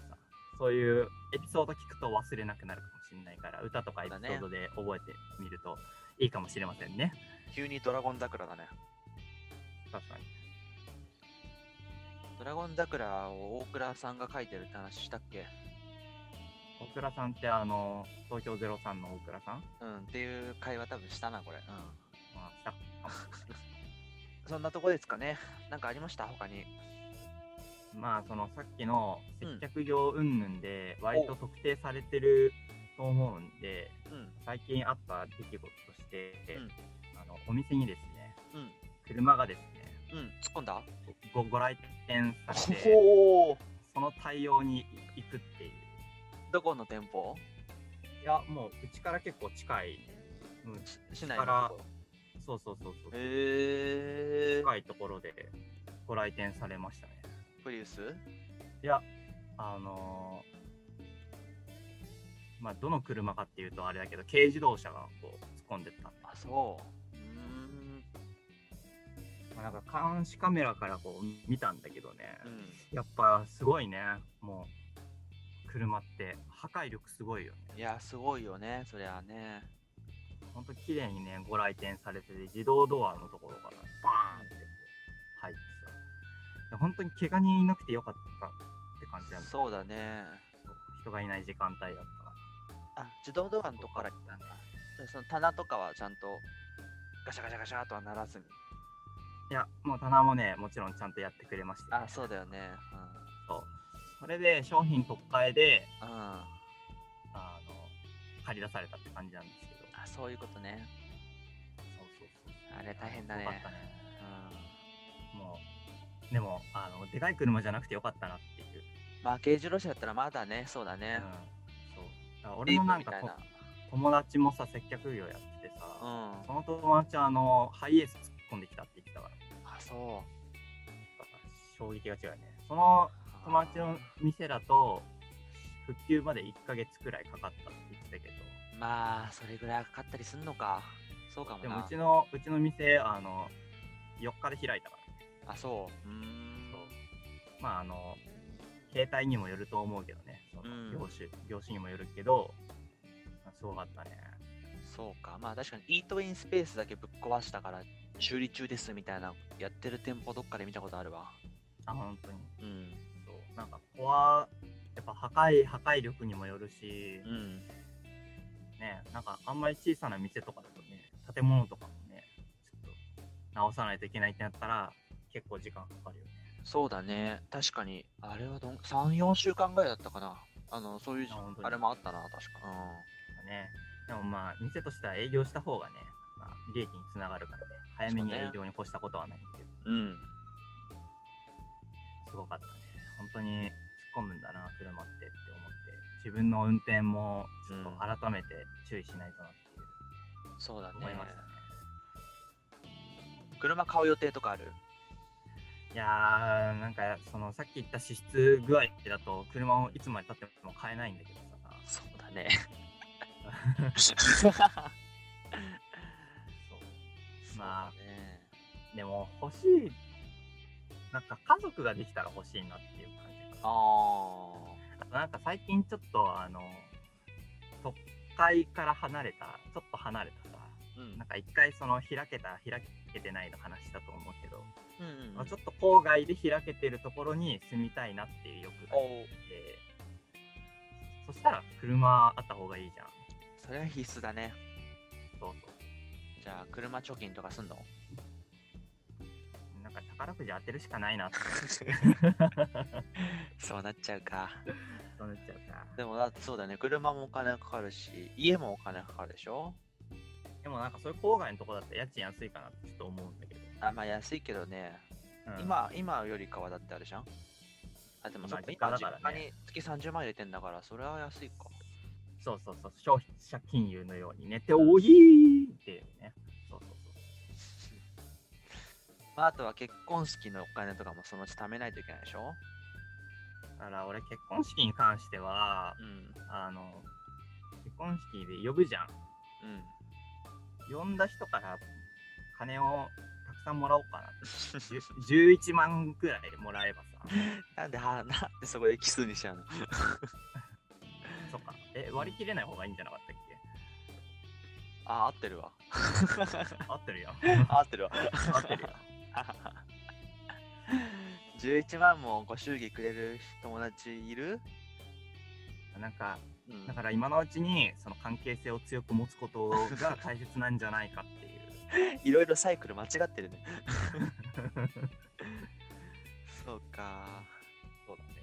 S2: もさ、そういうエピソード聞くと忘れなくなるかもしれないから、歌とかエピソードで覚えてみるといいかもしれませんね。
S1: 急にドラゴン桜だね。
S2: 確かに。
S1: ドラゴン桜を大倉さんが書いてるって話したっけ
S2: 大倉さんって、あの東京ゼロさんの大倉さん、
S1: うん、っていう会話多分したな、これ。う
S2: まあ、した
S1: ん。そんなとこですかね。なんかありました他に。
S2: まあ、そのさっきの
S1: うん
S2: 接客業云々で、割と特定されてると思うんで、
S1: うん。
S2: 最近あった出来事として、
S1: うん
S2: あのお店にですね、
S1: うん
S2: 車がですね、
S1: うん。突っ込んだ
S2: ごご来店させて。
S1: ほほ
S2: その対応に行くっていう。
S1: どこの店舗
S2: いや、もう、うちから結構近い。うん、
S1: し市内のとこ
S2: そうそうそうそう。
S1: へえー。
S2: 近いところでご来店されましたね。
S1: プリウス
S2: いや、あのーまあ、どの車かっていうとあれだけど、軽自動車がこう突っ込んでったんで、
S1: あ、そう。うーん。
S2: まあ、なんか監視カメラからこう見たんだけどね、
S1: うん。
S2: やっぱすごいね、もう、車って破壊力すごいよね。
S1: いや、すごいよね、そりゃね。
S2: ほんと綺麗にね、ご来店されてて、自動ドアのところからバーンってこう入ってさ、本当に怪我人いなくてよかったって感じなんだ
S1: そうだね。
S2: けど、人がいない時間帯だったか
S1: あ、自動ドアのとこからら。その棚とかはちゃんとガシャガシャガシャとはならずに。
S2: いや、もう棚もね、もちろんちゃんとやってくれました、
S1: あ、そうだよね。
S2: そうそれで商品特替えで、
S1: うん。うん。あ、
S2: あの、借り出されたって感じなんですけど、
S1: そういうことね。
S2: そうそうそう。
S1: あれ大変だね
S2: よかったね。
S1: うん。
S2: もう、でも、あの、でかい車じゃなくてよかったなっていう。
S1: まあ、軽自動車だったらまだね、そうだ
S2: うん、
S1: ね。
S2: そう。だから
S1: デ
S2: 俺
S1: ィ
S2: も
S1: ー
S2: な
S1: プ
S2: ん
S1: み
S2: か
S1: たい
S2: こ
S1: な。
S2: 友達もさ接客業やってて
S1: うん。
S2: さ、
S1: あ、
S2: その友達はあのハイエース突っ込んできたって言ってたから
S1: そ
S2: 衝撃が違うねその
S1: う。
S2: 友達の店だと復旧まで1ヶ月くらいかかったって言ってたけど
S1: まあ、それぐらいかかったりすんのか。そうかも
S2: でもう
S1: な
S2: ち。のうちの店あの4日で開いたからね
S1: あ、そう。うーん
S2: そう。まああの携帯にもよると思うけどねそ
S1: う
S2: の
S1: ん
S2: 業種、業種にもよるけどまあすごかったね
S1: そうか。まあ、確かにイートインスペースだけぶっ壊したから修理中ですみたいなやってる店舗どっかで見たことあるわ。
S2: あ本当に
S1: うん。
S2: そうなんかここはやっぱ破壊破壊力にもよるし、
S1: うん。
S2: ねなんかあんまり小さな店とかだとね建物とかもねちょっと直さないといけないってなったら結構時間かかるよね
S1: そうだね、確かに、あれはどん3、4週間ぐらいだったかな。あのそういう
S2: あ本当に
S1: あれもあったな、確か。
S2: ねでもまあ店としては営業した方がね、まあ、利益につながるからね早めに
S1: そうね
S2: 営業に越したことはないけど、
S1: うん。うん、
S2: すごかったね本当に突っ込むんだな車ってって思って自分の運転もちょっと改めて注意しないとなっていう
S1: そうだね
S2: 思いましたね、
S1: 車買う予定とかある
S2: いやーなんかそのさっき言った支出具合だと車をいつまでたっても買えないんだけどさ
S1: そうだね。
S2: そう [laughs]
S1: ま
S2: ま
S1: あ
S2: あ、でも欲しいなんか家族ができたら欲しいなっていう感じか
S1: ああ
S2: あとなんか最近ちょっとあの都会から離れたちょっと離れたさ
S1: ー、うん
S2: なんか一回その開けた開けてないの話だと思うけど、
S1: うん
S2: まあ、
S1: ち
S2: ち
S1: ょ
S2: ょ
S1: っ
S2: っと郊外で開けてるところに住みたいなっていう欲
S1: と、
S2: があっ
S1: おう
S2: てそしたら車あった方がいいじゃん
S1: それは必須だね。
S2: そうそう [laughs]
S1: じゃあ、車貯金とかすんの
S2: ななんか宝くじ当てるしかないなって
S1: そうなっちゃうか。
S2: そうなっちゃうか。
S1: でもだってそうだね、車もお金かかるし、家もお金かかるでしょ
S2: でもなんかそういう郊外のとこだったら家賃安いかなってちょっと思うんだけど。
S1: あ、まあ安いけどね、
S2: うん、
S1: 今、今よりかはだってあれじゃんあ、でもそっか、
S2: 今
S1: 今
S2: 実
S1: 実
S2: 家だから
S1: 家
S2: ね
S1: に月30万入れてんだから、それは安いか。
S2: そうそうそう、消費者金融のように寝ておいーっていうね。そうそうそう。
S1: まあ、あとは結婚式のお金とかもそのうち貯めないといけないでしょ
S2: だから俺結婚式に関しては、
S1: うん。
S2: あの、結婚式で呼ぶじゃん。
S1: うん。 [laughs]
S2: 呼んだ人から金をたくさんもらおう [laughs] かなって。じゅ11万くらいもらえばさ。
S1: なんで、はなんでそこで奇数にしちゃうの
S2: そっか。え、割り切れない方がいいんじゃなかったっけ
S1: [laughs] あ、合ってるわ。
S2: 合ってるよ。
S1: [laughs] 合ってるわ。
S2: 合ってるよ。
S1: 11万もご祝儀くれる友達いる、
S2: なんか、
S1: うん
S2: だから今のうちにその関係性を強く持つことが大切なんじゃないかっていう。
S1: いろいろサイクル間違ってるね。そうか。
S2: そうだね。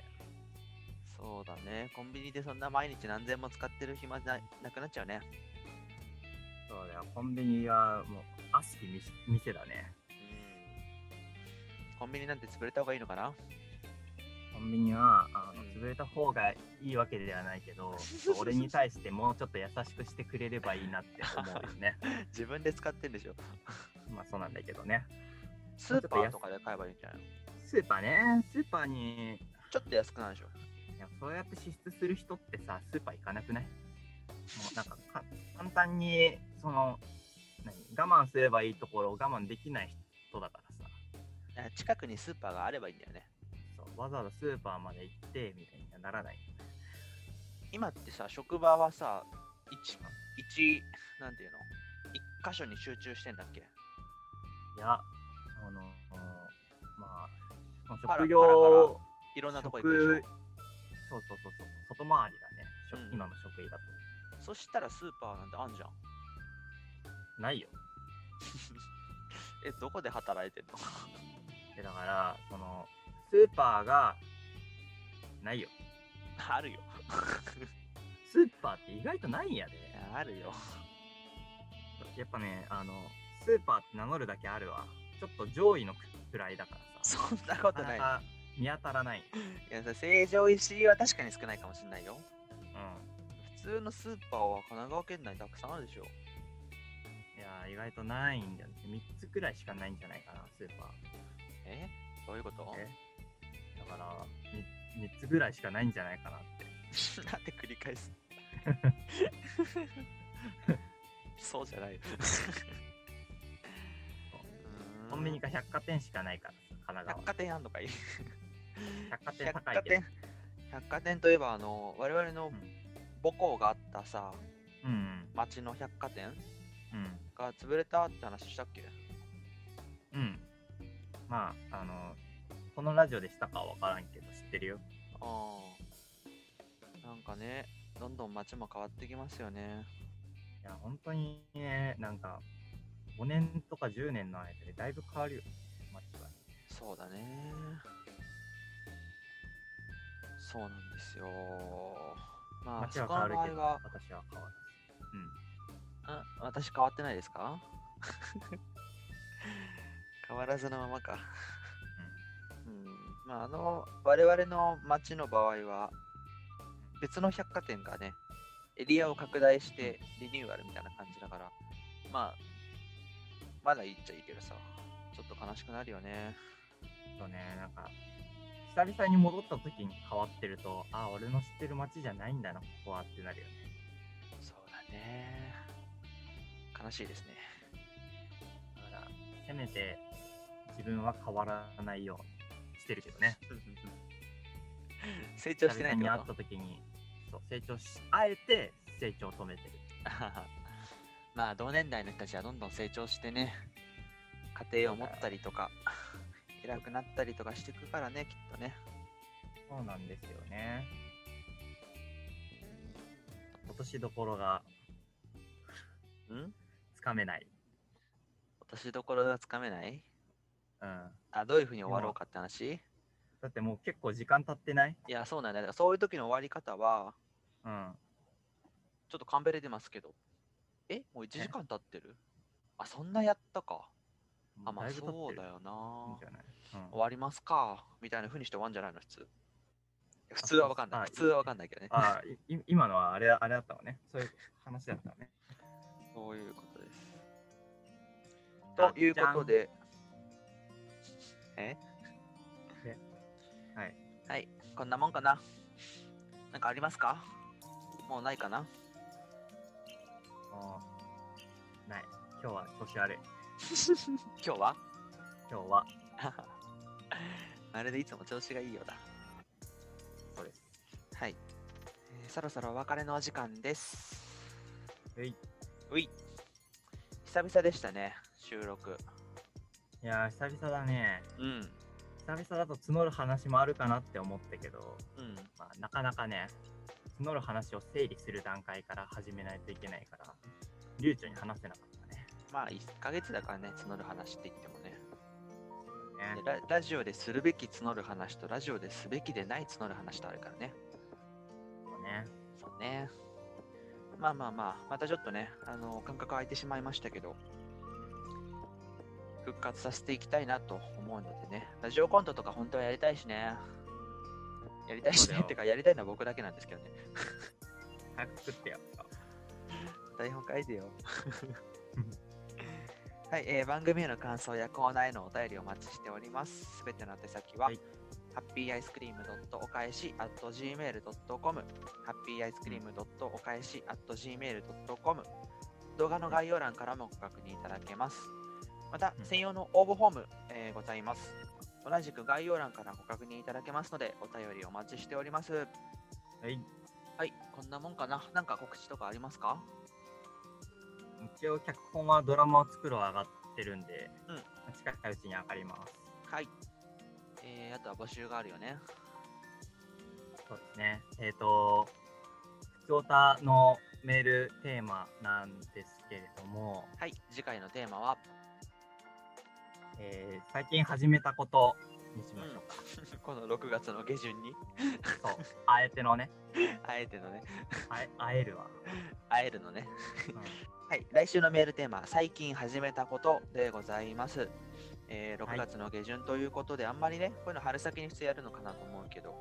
S1: そうだね。コンビニでそんな毎日何千も使ってる暇ななくなっちゃうね。
S2: そうだよ。コンビニはもう悪しき店店だね。
S1: コンビニなんて潰れた方がいいのかな [laughs]
S2: コンビニはあの
S1: うん
S2: 潰れた方がいいわけではないけ [laughs] ど、俺に対してもうちょっと優しくしてくれればいいなって思うよね。
S1: 自分で使ってんでしょ。
S2: まあそうなんだけどね。
S1: スーパーとかで買えばいいんじゃないの
S2: スーパーね、スーパーに、
S1: ちょっと安くなるでしょ。
S2: いやそうやって支出する人ってさ、スーパー行かなくないもうなんかか簡単に、その、何我慢すればいいところを我慢できない人だからさ。
S1: だから近くにスーパーがあればいいんだよね。
S2: そうわざわざスーパーまで行ってみたいにはならない。
S1: 今ってさ、職場はさ、一、一、なんていうの一箇所に集中してんだっけ
S2: いや、あの、まあ、
S1: パラ
S2: 職業、
S1: パラパラ
S2: そう
S1: いろんなとこ行くでしょ。
S2: そうそうそう、外回りだね、職
S1: うん
S2: 今の職位だと。
S1: そしたらスーパーなんてあんじ [laughs] ゃん。
S2: ないよ。
S1: え、どこで働いてんの [laughs]
S2: でだから、その、スーパーが、ないよ。
S1: あるよ。
S2: スーパーって意外とないんやで。
S1: いやあるよ。
S2: やっぱね、あの、スーパーって名乗るだけあるわ。ちょっと上位の位だからさ。
S1: そんなこ
S2: な
S1: と
S2: か
S1: ない。
S2: ないか見当たらない。うん。
S1: や、さ成城石井は確かに少ないかもしれないよ。普通のスーパーは神奈川県内にたくさんあるでしょ。
S2: いやー、意外とないんだよね。3つくらいしかないんじゃないかな、スーパー。
S1: え [laughs] どういうこと
S2: えだからみ3つぐらいしかないんじゃないかなって。
S1: なんで繰り返す [laughs] [laughs] そうじゃないようーん
S2: コンビニか百貨店しかないからさ、神奈
S1: 百
S2: 川。
S1: 貨店あんのかい
S2: 百貨店
S1: 百
S2: 高い
S1: 貨
S2: けど
S1: 店。百貨店といえばあの我々の母校があったさ
S2: うんうん
S1: 町の百貨店
S2: うん
S1: が潰れたって話したっけ
S2: うん。まあ、あの、このラジオでしたかは分からんけど、知ってるよ。
S1: ああなんかねどんどん町も変わってきますよね
S2: いや、本当にね、なんか、5年とか10年の間でだいぶ変わるよ、街は。
S1: そうだねそうなんですよまあ
S2: 街
S1: そ
S2: は
S1: こ
S2: 変わ
S1: の
S2: る
S1: 場
S2: け
S1: 合
S2: ど、
S1: は
S2: 私は変わらず。うん。
S1: あ私変わってないですか [laughs] 変わらずのままか。うん、まあ、あの、我々の町の場合は、別の百貨店がね、エリアを拡大してリニューアルみたいな感じだから、まあ、まだいいっちゃいいけどさ、ちょっと悲しくなるよね。
S2: そうね、なんか、久々に戻った時に変わってると、あ、俺の知ってる街じゃないんだな、ここはってなるよね。
S1: そうだね。悲しいですね。
S2: だから、せめて自分は変わらないようにしてるけどね。
S1: [laughs] 成長してないっ
S2: 久々
S1: て
S2: に会
S1: こ
S2: っ
S1: と
S2: た時に、そう、成長し、あえて成長を止めてる。
S1: [laughs] まあ同年代の人たちはどんどん成長してね家庭を持ったりとか偉くなったりとかしていくからねきっとね
S2: そうなんですよね。落としどころが
S1: うん
S2: つかめない。
S1: 落としどころがつかめない
S2: うん。うん。
S1: あどういうふうに終わろうかって話
S2: だってもう結構時間経ってない
S1: いや、そうなんだよ。だからそういう時の終わり方は、
S2: うん。
S1: ちょっとカンベレ出ますけど、えもう1時間経ってるあ、そんなやったか。あ、ま
S2: だ
S1: あ
S2: いぶ経っ
S1: そ
S2: て
S1: う
S2: る
S1: だよ
S2: いいん
S1: な
S2: じ。ゃない、
S1: 終わりますか。みたいなふうにして終わんじゃないの、普通。普通はわかんな
S2: あ
S1: い。普通はわかんないけどね。
S2: あいい今のはあれあれだったわね。そういう話だったわね。
S1: そういうことです。
S2: あ
S1: [laughs] ということで、え
S2: えはい。
S1: はい、こんなもんかな。なんかありますかもうないかな
S2: あーない。今日は調子悪い。
S1: 今日は
S2: 今日は、
S1: まるでいつも調子がいいようだ。
S2: そうです。
S1: はい。えーそろそろお別れのお時間です。
S2: えいう
S1: い。久々でしたね、収録。
S2: いやー、久々だね。
S1: うん。
S2: 久々だと募る話もあるかなって思ったけど、
S1: うん。
S2: まあ、なかなかね、募る話を整理する段階から始めないといけないから、流暢に話せなかったね。
S1: まあ、1ヶ月だからね、募る話って言ってもね。
S2: ね
S1: でララジオでするべき募る話とラジオですべきでない募る話とあるからね。
S2: そうね
S1: そうね。まあまあまあ、またちょっとね、あの間隔空いてしまいましたけど、復活させていきたいなと思うのでね、ラジオコントとか本当はやりたいしね。やりたい
S2: そう
S1: し
S2: だ
S1: ね
S2: よ
S1: ってか、やりたいのは僕だけなんですけどね。
S2: 早く作ってよ。
S1: 台本書いてよ。はい、えー番組への感想やコーナーへのお便りをお待ちしております。すべての宛先は、
S2: はい
S1: ハッピーアイスクリームドットお返し at gmail.com、ハッピーアイスクリームドットお返し at gmail.com、動画の概要欄からもご確認いただけます。また、
S2: うん
S1: 専用の応募フォーム、えーございます。同じく概要欄からご確認いただけますので、お便りお待ちしております。
S2: はい。
S1: はい、こんなもんかな。なんか告知とかありますか
S2: 一応、脚本はドラマを作る上がってるんで、
S1: うん
S2: 近いうちに上がります。
S1: はい。えー、あとは募集があるよね。
S2: そうですね。えっ、と、普通オタのメールテーマなんですけれども、
S1: はい。次回のテーマは、
S2: えー最近始めたことにしましょうか。
S1: [laughs] この6月の下旬に、 [laughs]
S2: そう。あえてのね、
S1: あえてのね、
S2: あえ会えるわ。
S1: 会えるのね。
S2: うん
S1: はい。来週のメールテーマ、最近始めたことでございます。えー、
S2: は
S1: 6
S2: い
S1: 月の下旬ということで、あんまりね、こういうの春先に普通やるのかなと思うけど、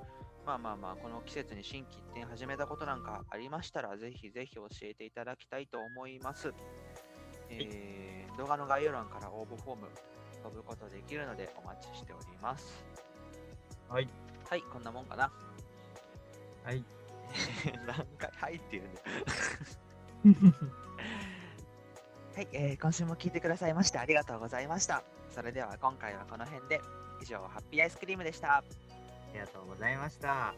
S1: まあまあまあ、この季節に新規一転始めたことなんかありましたら、ぜひぜひ教えていただきたいと思います。えー動画の概要欄から応募フォーム飛ぶことできるのでお待ちしております。
S2: はい。
S1: はい、こんなもんかな。 [laughs]
S2: はい。
S1: 何回はいっていうんだはい、えー今週も聞いてくださいましてありがとうございました。それでは今回はこの辺で、以上、ハッピーアイスクリームでした。
S2: ありがとうございました。